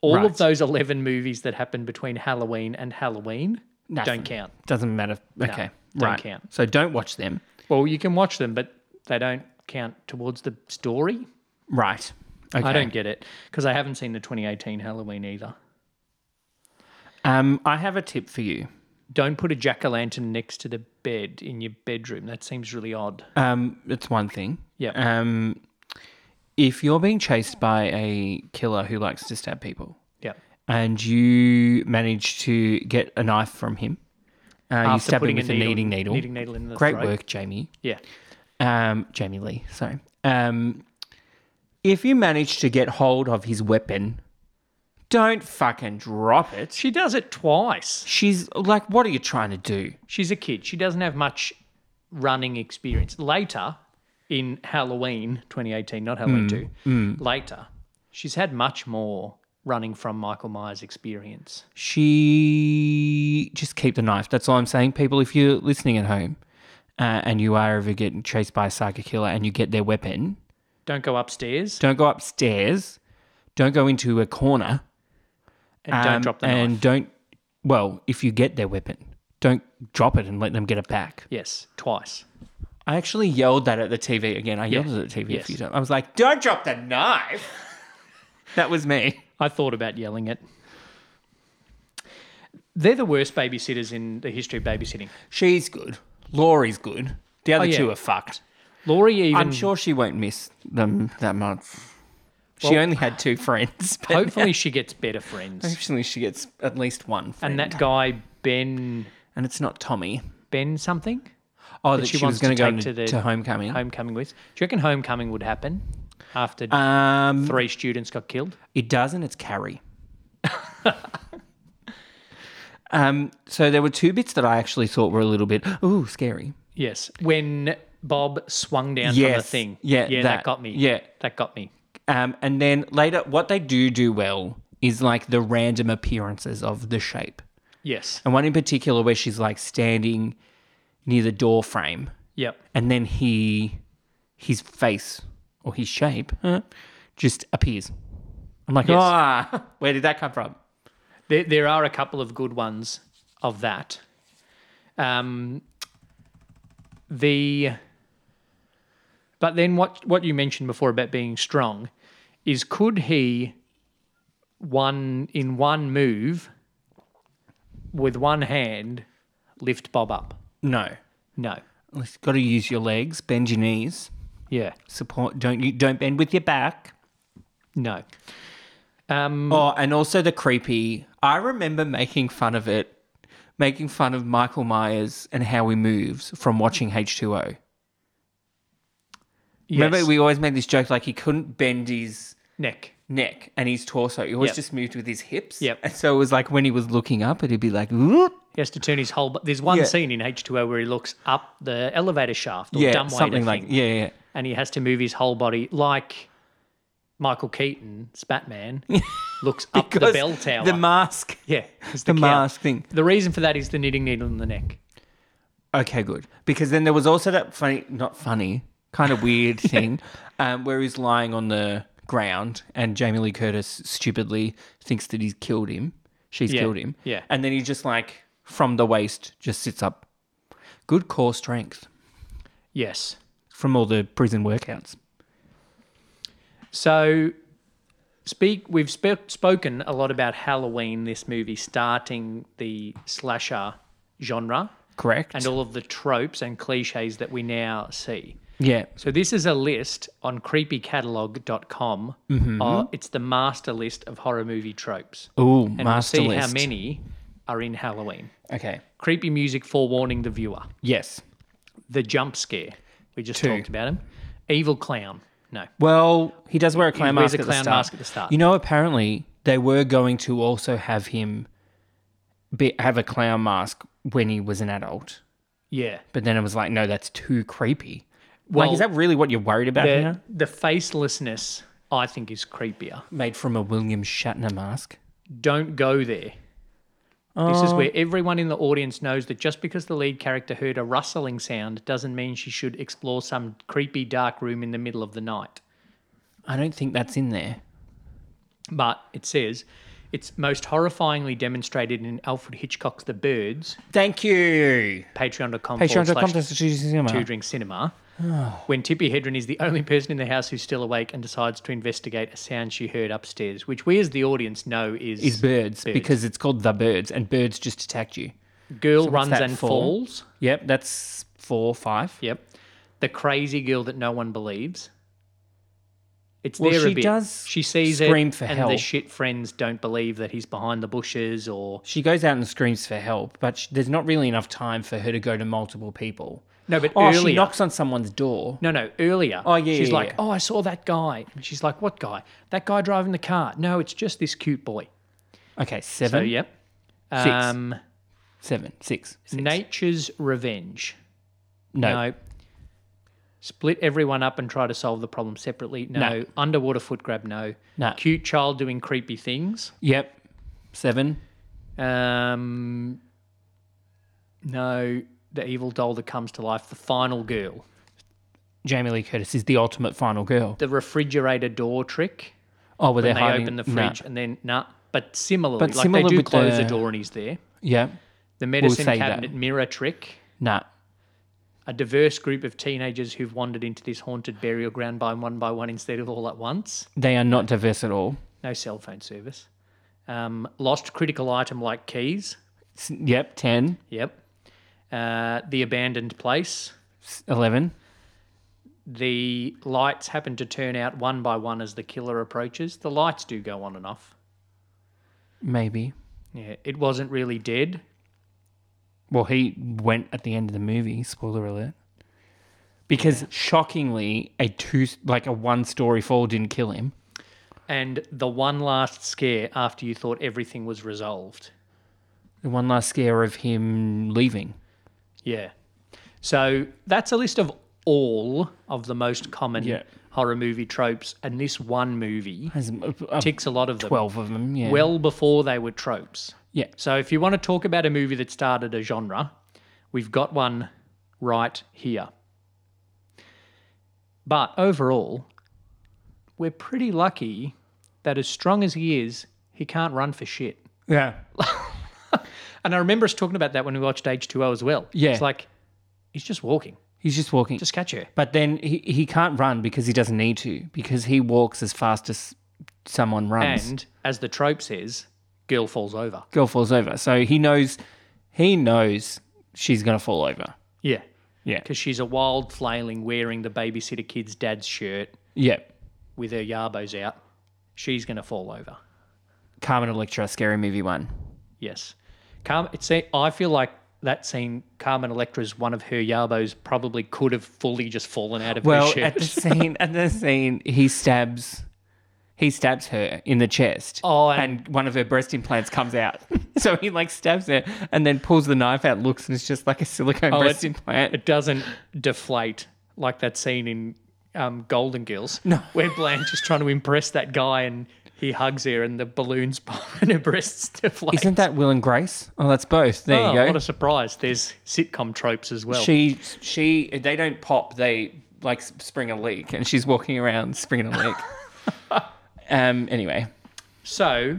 All Right. of those 11 movies that happened between Halloween and Halloween Nothing. don't count. Doesn't matter. Okay. don't right. count. So don't watch them. Well, you can watch them, but they don't count towards the story. Right. Okay. I don't get it because I haven't seen the 2018 Halloween either. Um, I have a tip for you. Don't put a jack o' lantern next to the bed in your bedroom. That seems really odd. Um, it's one thing. Yep. Um, if you're being chased by a killer who likes to stab people, Yeah. and you manage to get a knife from him, uh, you stab him with a, kneading needle. kneading needle in the Great throat. work, Jamie. Yeah. Um, Jamie Lee. Sorry. Um, if you manage to get hold of his weapon, don't fucking drop it. She does it twice. She's like, what are you trying to do? She's a kid. She doesn't have much running experience. Later in Halloween 2018, not Halloween Mm. 2, later, she's had much more running from Michael Myers experience. She just keep the knife. That's all I'm saying, people. If you're listening at home uh, and you are ever getting chased by a psycho killer and you get their weapon, Don't go upstairs don't go upstairs, don't go into a corner, and don't um, drop the and knife. don't. Well, if you get their weapon, don't drop it and let them get it back. Yes, twice. I actually yelled that at the TV again. I yelled it at the TV Yes. a few times. I was like, "Don't drop the knife." [laughs] that was me. I thought about yelling it. They're the worst babysitters in the history of babysitting. She's good. Laurie's good. The other Oh, yeah. two are fucked. Laurie even I'm sure she won't miss them that much. she Well- only had two friends. But [laughs] hopefully she gets better friends. hopefully she gets at least one And friend. that guy Ben and it's not Tommy. Ben something Oh, that, that she, she wants was going to to go take to, to the- to homecoming. homecoming with. Do you reckon homecoming would happen after Um, three students got killed. It doesn't. [laughs] It's Carrie. um, so there were two bits that I actually thought were a little bit ooh scary. Yes, when Bob swung down from the Yes. thing. Yeah, yeah, that, that. got me. Yeah. that got me. Um, and then later, what they do do well is like the random appearances of the shape, Yes. and one in particular where she's like standing near the door frame, Yep. and then he, his face or his shape, huh, just appears. I'm like, Yes. ah, [laughs] where did that come from? There, there are a couple of good ones of that. Um, the but then what what you mentioned before about being strong is could he one in one move with one hand lift Bob up? No, No. you've got to use your legs, bend your knees. Yeah. support don't you don't bend with your back No. Um, oh and also the creepy i remember making fun of it making fun of michael myers and how he moves from watching h2o remember yes. we always made this joke like he couldn't bend his neck. neck and his torso he always Yep. just moved with his hips Yep. and so it was like when he was looking up it'd be like "Whoop." He has to turn his whole. bo- There's one Yeah. scene in H2O where he looks up the elevator shaft or yeah dumbwaiter something like thing, yeah yeah and he has to move his whole body like Michael Keaton's [laughs] Batman looks up the Because bell tower. the mask yeah, it's the count. mask thing The reason for that is the knitting needle in the neck. Okay, good. Because then there was also that funny, not funny, kind of [laughs] weird thing um, where he's lying on the ground and Jamie Lee Curtis stupidly thinks that he's killed him. She's Yeah, killed him. yeah. And then he just like, from the waist, just sits up. Good core strength Yes. from all the prison workouts. So, speak. We've sp- spoken a lot about Halloween. This movie starting the slasher genre. Correct? and all of the tropes and cliches that we now see. yeah. So this is a list on creepycatalog.com. Mm-hmm. Uh, it's the master list of horror movie tropes. Ooh, and master we'll see list. how many are in Halloween. Okay. Creepy music forewarning the viewer. Yes. The jump scare. We just Two. talked about him. Evil clown. No. Well, he does wear a clown, wears mask, a at clown the start. mask at the start. You know, apparently they were going to also have him be, have a clown mask when he was an adult, Yeah. but then it was like, no, that's too creepy. like, Well, is that really what you're worried about The, here? the facelessness, I think, is creepier. Made from a William Shatner mask. Don't go there. This Oh. is where everyone in the audience knows that just because the lead character heard a rustling sound doesn't mean she should explore some creepy dark room in the middle of the night. I don't think that's in there. But it says it's most horrifyingly demonstrated in Alfred Hitchcock's The Birds, Thank you. patreon.com forward Patreon.com slash slash Oh. Two Drink Cinema, when Tippy Hedren is the only person in the house who's still awake and decides to investigate a sound she heard upstairs, which we as the audience know is, is birds, because it's called the birds, and birds just attacked you. girl what's runs that and for? falls. Yep, that's four, five. Yep. The crazy girl that no one believes. It's Well, there a she bit. does she sees scream it, for and the help. shit friends don't believe that he's behind the bushes or She goes out and screams for help, but sh there's not really enough time for her to go to multiple people. no, but Oh, earlier. she knocks on someone's door. no, no, earlier. Oh, yeah, She's yeah, like, yeah. oh, I saw that guy. And she's like, what guy? That guy driving the car. No, it's just this cute boy. Okay, So seven, yep. Six. Um, seven, six, six. Nature's Revenge. no, No. Split everyone up and try to solve the problem separately. No. No. Underwater foot grab. No. No. Cute child doing creepy things. yep, seven. Um, no. The evil doll that comes to life. The final girl. Jamie Lee Curtis is the ultimate final girl. The refrigerator door trick. Oh, were they When they hiding? open the No. fridge and then nah. But similarly, But like similar they do with close the- the... door and he's there. Yep, The medicine say that. cabinet mirror trick. nah. a diverse group of teenagers who've wandered into this haunted burial ground by one by one instead of all at once. They are not diverse at all. No cell phone service. Um, lost critical item like keys. S- Yep, ten, Yep. Uh, the abandoned place. s- eleven. The lights happen to turn out one by one as the killer approaches. The lights do go on and off. maybe. Yeah, it wasn't really dead. Well, he went at the end of the movie. Spoiler alert. Because shockingly, a two like a one story fall didn't kill him. And the one last scare after you thought everything was resolved. The one last scare of him leaving. Yeah. So that's a list of all of the most common Yeah. horror movie tropes, and this one movie There's a- a- ticks a lot of them. twelve of them. Yeah. Well before they were tropes. yeah. So if you want to talk about a movie that started a genre, we've got one right here. But overall, we're pretty lucky that as strong as he is, he can't run for shit. Yeah. And I remember us talking about that when we watched H2O as well. Yeah. It's like, he's just walking. [laughs] He's just walking. Just catch her. but then he, he can't run because he doesn't need to because he walks as fast as someone runs. And as the trope says, girl falls over. Girl falls over, so he knows he knows she's gonna fall over. Yeah. Yeah. Because she's a wild flailing, wearing the babysitter kid's dad's shirt Yeah. with her yarbos out. She's going to fall over. Carmen Electra, scary movie one. Yes. Carm- it's a, I feel like that scene, Carmen Electra's one of her yarbos probably could have fully just fallen out of her Well, shirt. at the scene, at the scene, he stabs, he stabs her in the chest. Oh, and, and- one of her breast implants comes out. [laughs] so he like stabs her and then pulls the knife out, looks, and it's just like a silicone Oh, breast it- [laughs] implant. It doesn't deflate like that scene in um, Golden Girls, No. [laughs] where Blanche is trying to impress that guy and he hugs her and the balloons [laughs] pop and her breasts deflate. Isn't that Will and Grace? Oh, that's both. There Oh, you go. What a surprise! There's sitcom tropes as well. she, she, they don't pop. They like s- spring a leak, and she's walking around springing a leak. [laughs] um. Anyway, so,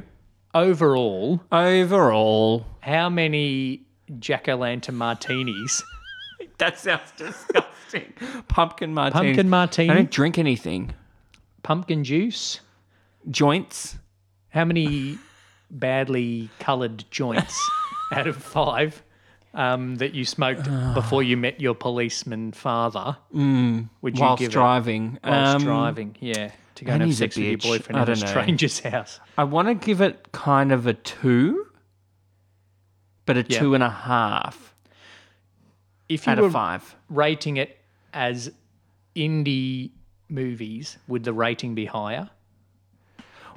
overall, overall, how many jack o' lantern martinis? that sounds disgusting. [laughs] Pumpkin martini. Pumpkin I martini, don't drink anything. pumpkin juice. Joints. How many badly coloured joints [laughs] out of five um, that you [sighs] smoked before you met your policeman father? would you Hmm, whilst give it? driving. Whilst Um, driving, yeah, to go and have Annie's a sex with your bitch. boyfriend I at a don't know. stranger's [laughs] house. I want to give it kind of a two, but a two and a half If you out of were five. rating it as indie movies, would the rating be higher?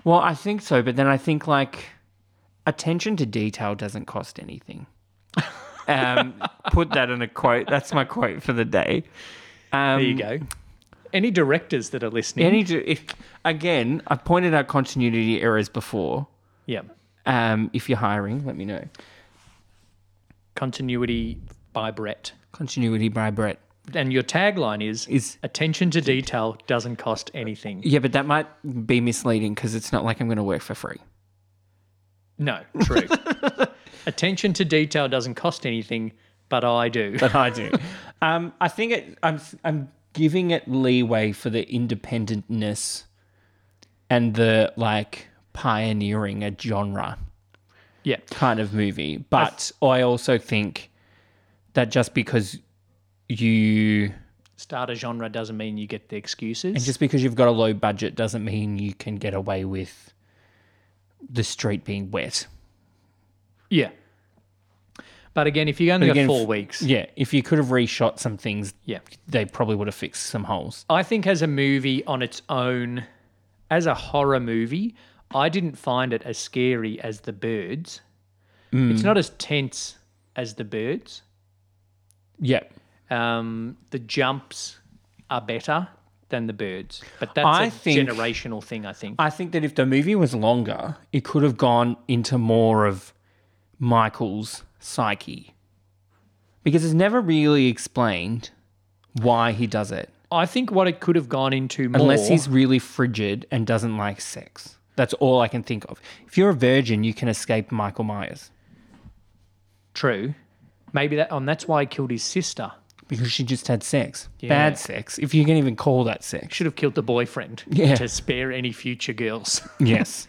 Well, I think so, but then I think like attention to detail doesn't [laughs] cost anything. Um, put that in a quote. That's my quote for the day. Um, There you go. Any directors that are listening? Any do, if, again, I pointed out continuity errors before. yeah. Um, if you're hiring, let me know. Continuity by Brett. Continuity by Brett. And your tagline is, Is- attention to detail doesn't cost anything. Yeah, but that might be misleading because it's not like I'm going to work for free. No, [laughs] true. attention to detail doesn't cost anything, but I do. But I do. um, I think it, I'm I'm giving it leeway for the independentness and the like pioneering a genre [laughs] yeah. kind of movie. But I also think that just because you Start a genre doesn't mean you get the excuses. And just because you've got a low budget doesn't mean you can get away with the street being wet. yeah. But again, if you're going to again, go four if- weeks, Yeah, if you could have reshot some things, yeah. they probably would have fixed some holes. I think as a movie on its own, as a horror movie, I didn't find it as scary as The Birds. Hmm. It's not as tense as The Birds. Yeah. Um, the jumps are better than The Birds, but that's I a think- generational thing. I think. I think that if the movie was longer, it could have gone into more of Michael's psyche. Because it's never really explained why he does it. I think what it could have gone into more. Unless he's really frigid and doesn't like sex. That's all I can think of. If you're a virgin, you can escape Michael Myers. true. Maybe that, and that's why he killed his sister. because she just had sex. Yeah. Bad sex, if you can even call [laughs] that sex. Should have killed the boyfriend Yeah. to spare any future girls. [laughs] Yes.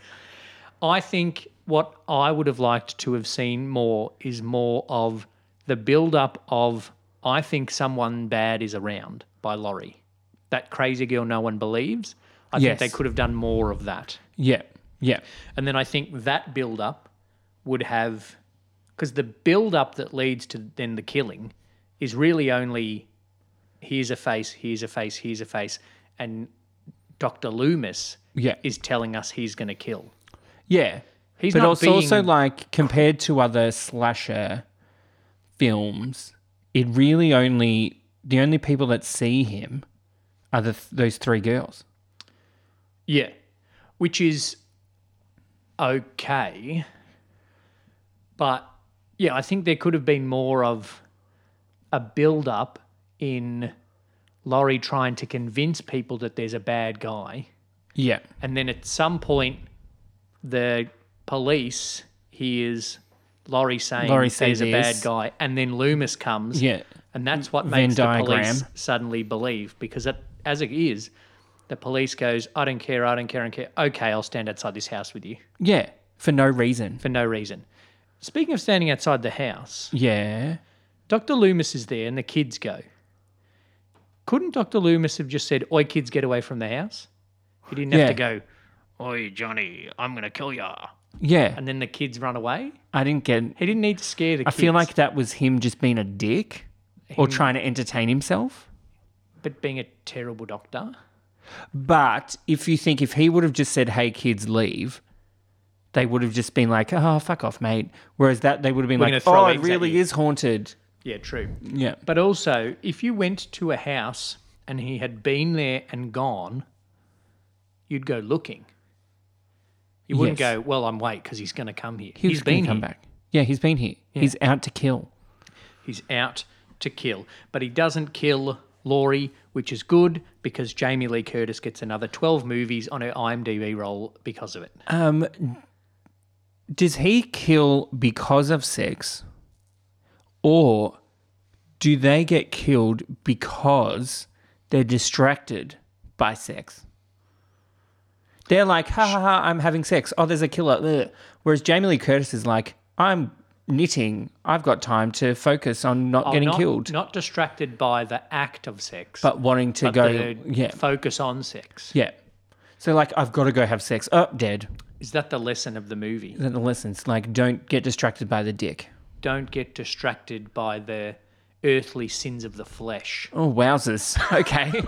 I think what I would have liked to have seen more is more of the build up of I think someone bad is around by Laurie. That crazy girl no one believes. I Yes. think they could have done more of that. yeah. Yeah. And then I think that build up would have because the build up that leads to then the killing is really only here's a face, here's a face, here's a face and Dr. Loomis Yeah. is telling us he's going to kill. Yeah. He's but not also, also being- like compared to other slasher films, it really only the only people that see him are the, those three girls. Yeah. Which is okay. But yeah, I think there could have been more of a build up in Laurie trying to convince people that there's a bad guy. Yeah. And then at some point, the police hears Laurie saying Laurie there's says a bad yes. guy. And then Loomis comes. Yeah. And that's what Venn makes the police diagram. suddenly believe because it, as it is, the police goes, I don't care, I don't care, I don't care. Okay, I'll stand outside this house with you Yeah. For no reason. for no reason. Speaking of standing outside the house, Yeah. Dr. Loomis is there and the kids go. Couldn't Dr. Loomis have just said, Oi, kids, get away from the house? He didn't have Yeah. to go, Oi, Johnny, I'm going to kill ya. Yeah. And then the kids run away. I didn't get. He didn't need to scare the I kids. feel like that was him just being a dick or trying to entertain himself. But being a terrible doctor. But if you think if he would have just said, "Hey kids, leave," they would have just been like, "Oh, fuck off, mate." Whereas that they would have been gonna like, throw "Oh, it eggs at really you." is haunted." Yeah, true. Yeah, But also, if you went to a house and he had been there and gone, you'd go looking. You wouldn't Yes. go, well, I'm wait because he's going to come here. he he's has been been here. come back. Yeah, he's been here. He's out to kill. He's out to kill. But he doesn't kill Laurie, which is good because Jamie Lee Curtis gets another 12 movies on her IMDb role because of it. Um, does he kill because of sex, or do they get killed because they're distracted by sex? They're like, ha ha ha, I'm having sex. Oh, there's a killer. Ugh. Whereas Jamie Lee Curtis is like, I'm knitting. I've got time to focus on not Oh, getting not- killed, Not distracted by the act of sex, but wanting to but go. the Yeah, focus on sex. yeah. So like, I've got to go have sex. Oh, dead. Is that the lesson of the movie? Then the lessons like, don't get distracted by the dick. don't get distracted by the [laughs] earthly sins of the flesh. Oh, wowzers. Okay.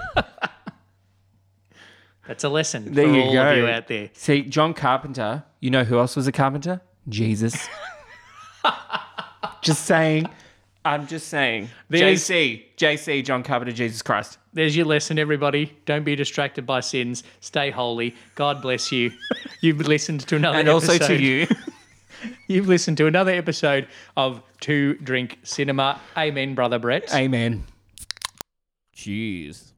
That's a lesson There for you all go. of you out there. See, John Carpenter, you know who else was a carpenter? [laughs] Jesus. just saying. I'm just saying. There's- JC. JC, John Carpenter, Jesus Christ. There's your lesson, everybody. Don't be distracted by sins. Stay holy. God bless [laughs] you. You've listened to another And also to episode- [laughs] you. You've listened to another episode of Two Drink Cinema. Amen, brother Brett. Amen. Jeez.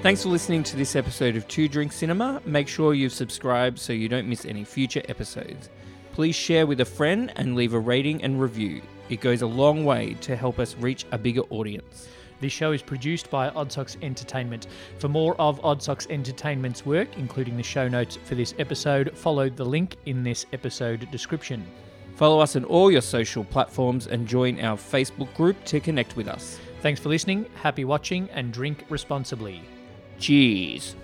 Thanks for listening to this episode of Two Drink Cinema. Make sure you subscribe so you don't miss any future episodes. Please share with a friend and leave a rating and review. It goes a long way to help us reach a bigger audience. The show is produced by Odd Socks Entertainment. For more of Odd Socks Entertainment's work, including the show notes for this episode, follow the link in this episode description. Follow us on all your social platforms and join our Facebook group to connect with us. Thanks for listening, happy watching, and drink responsibly. Cheers.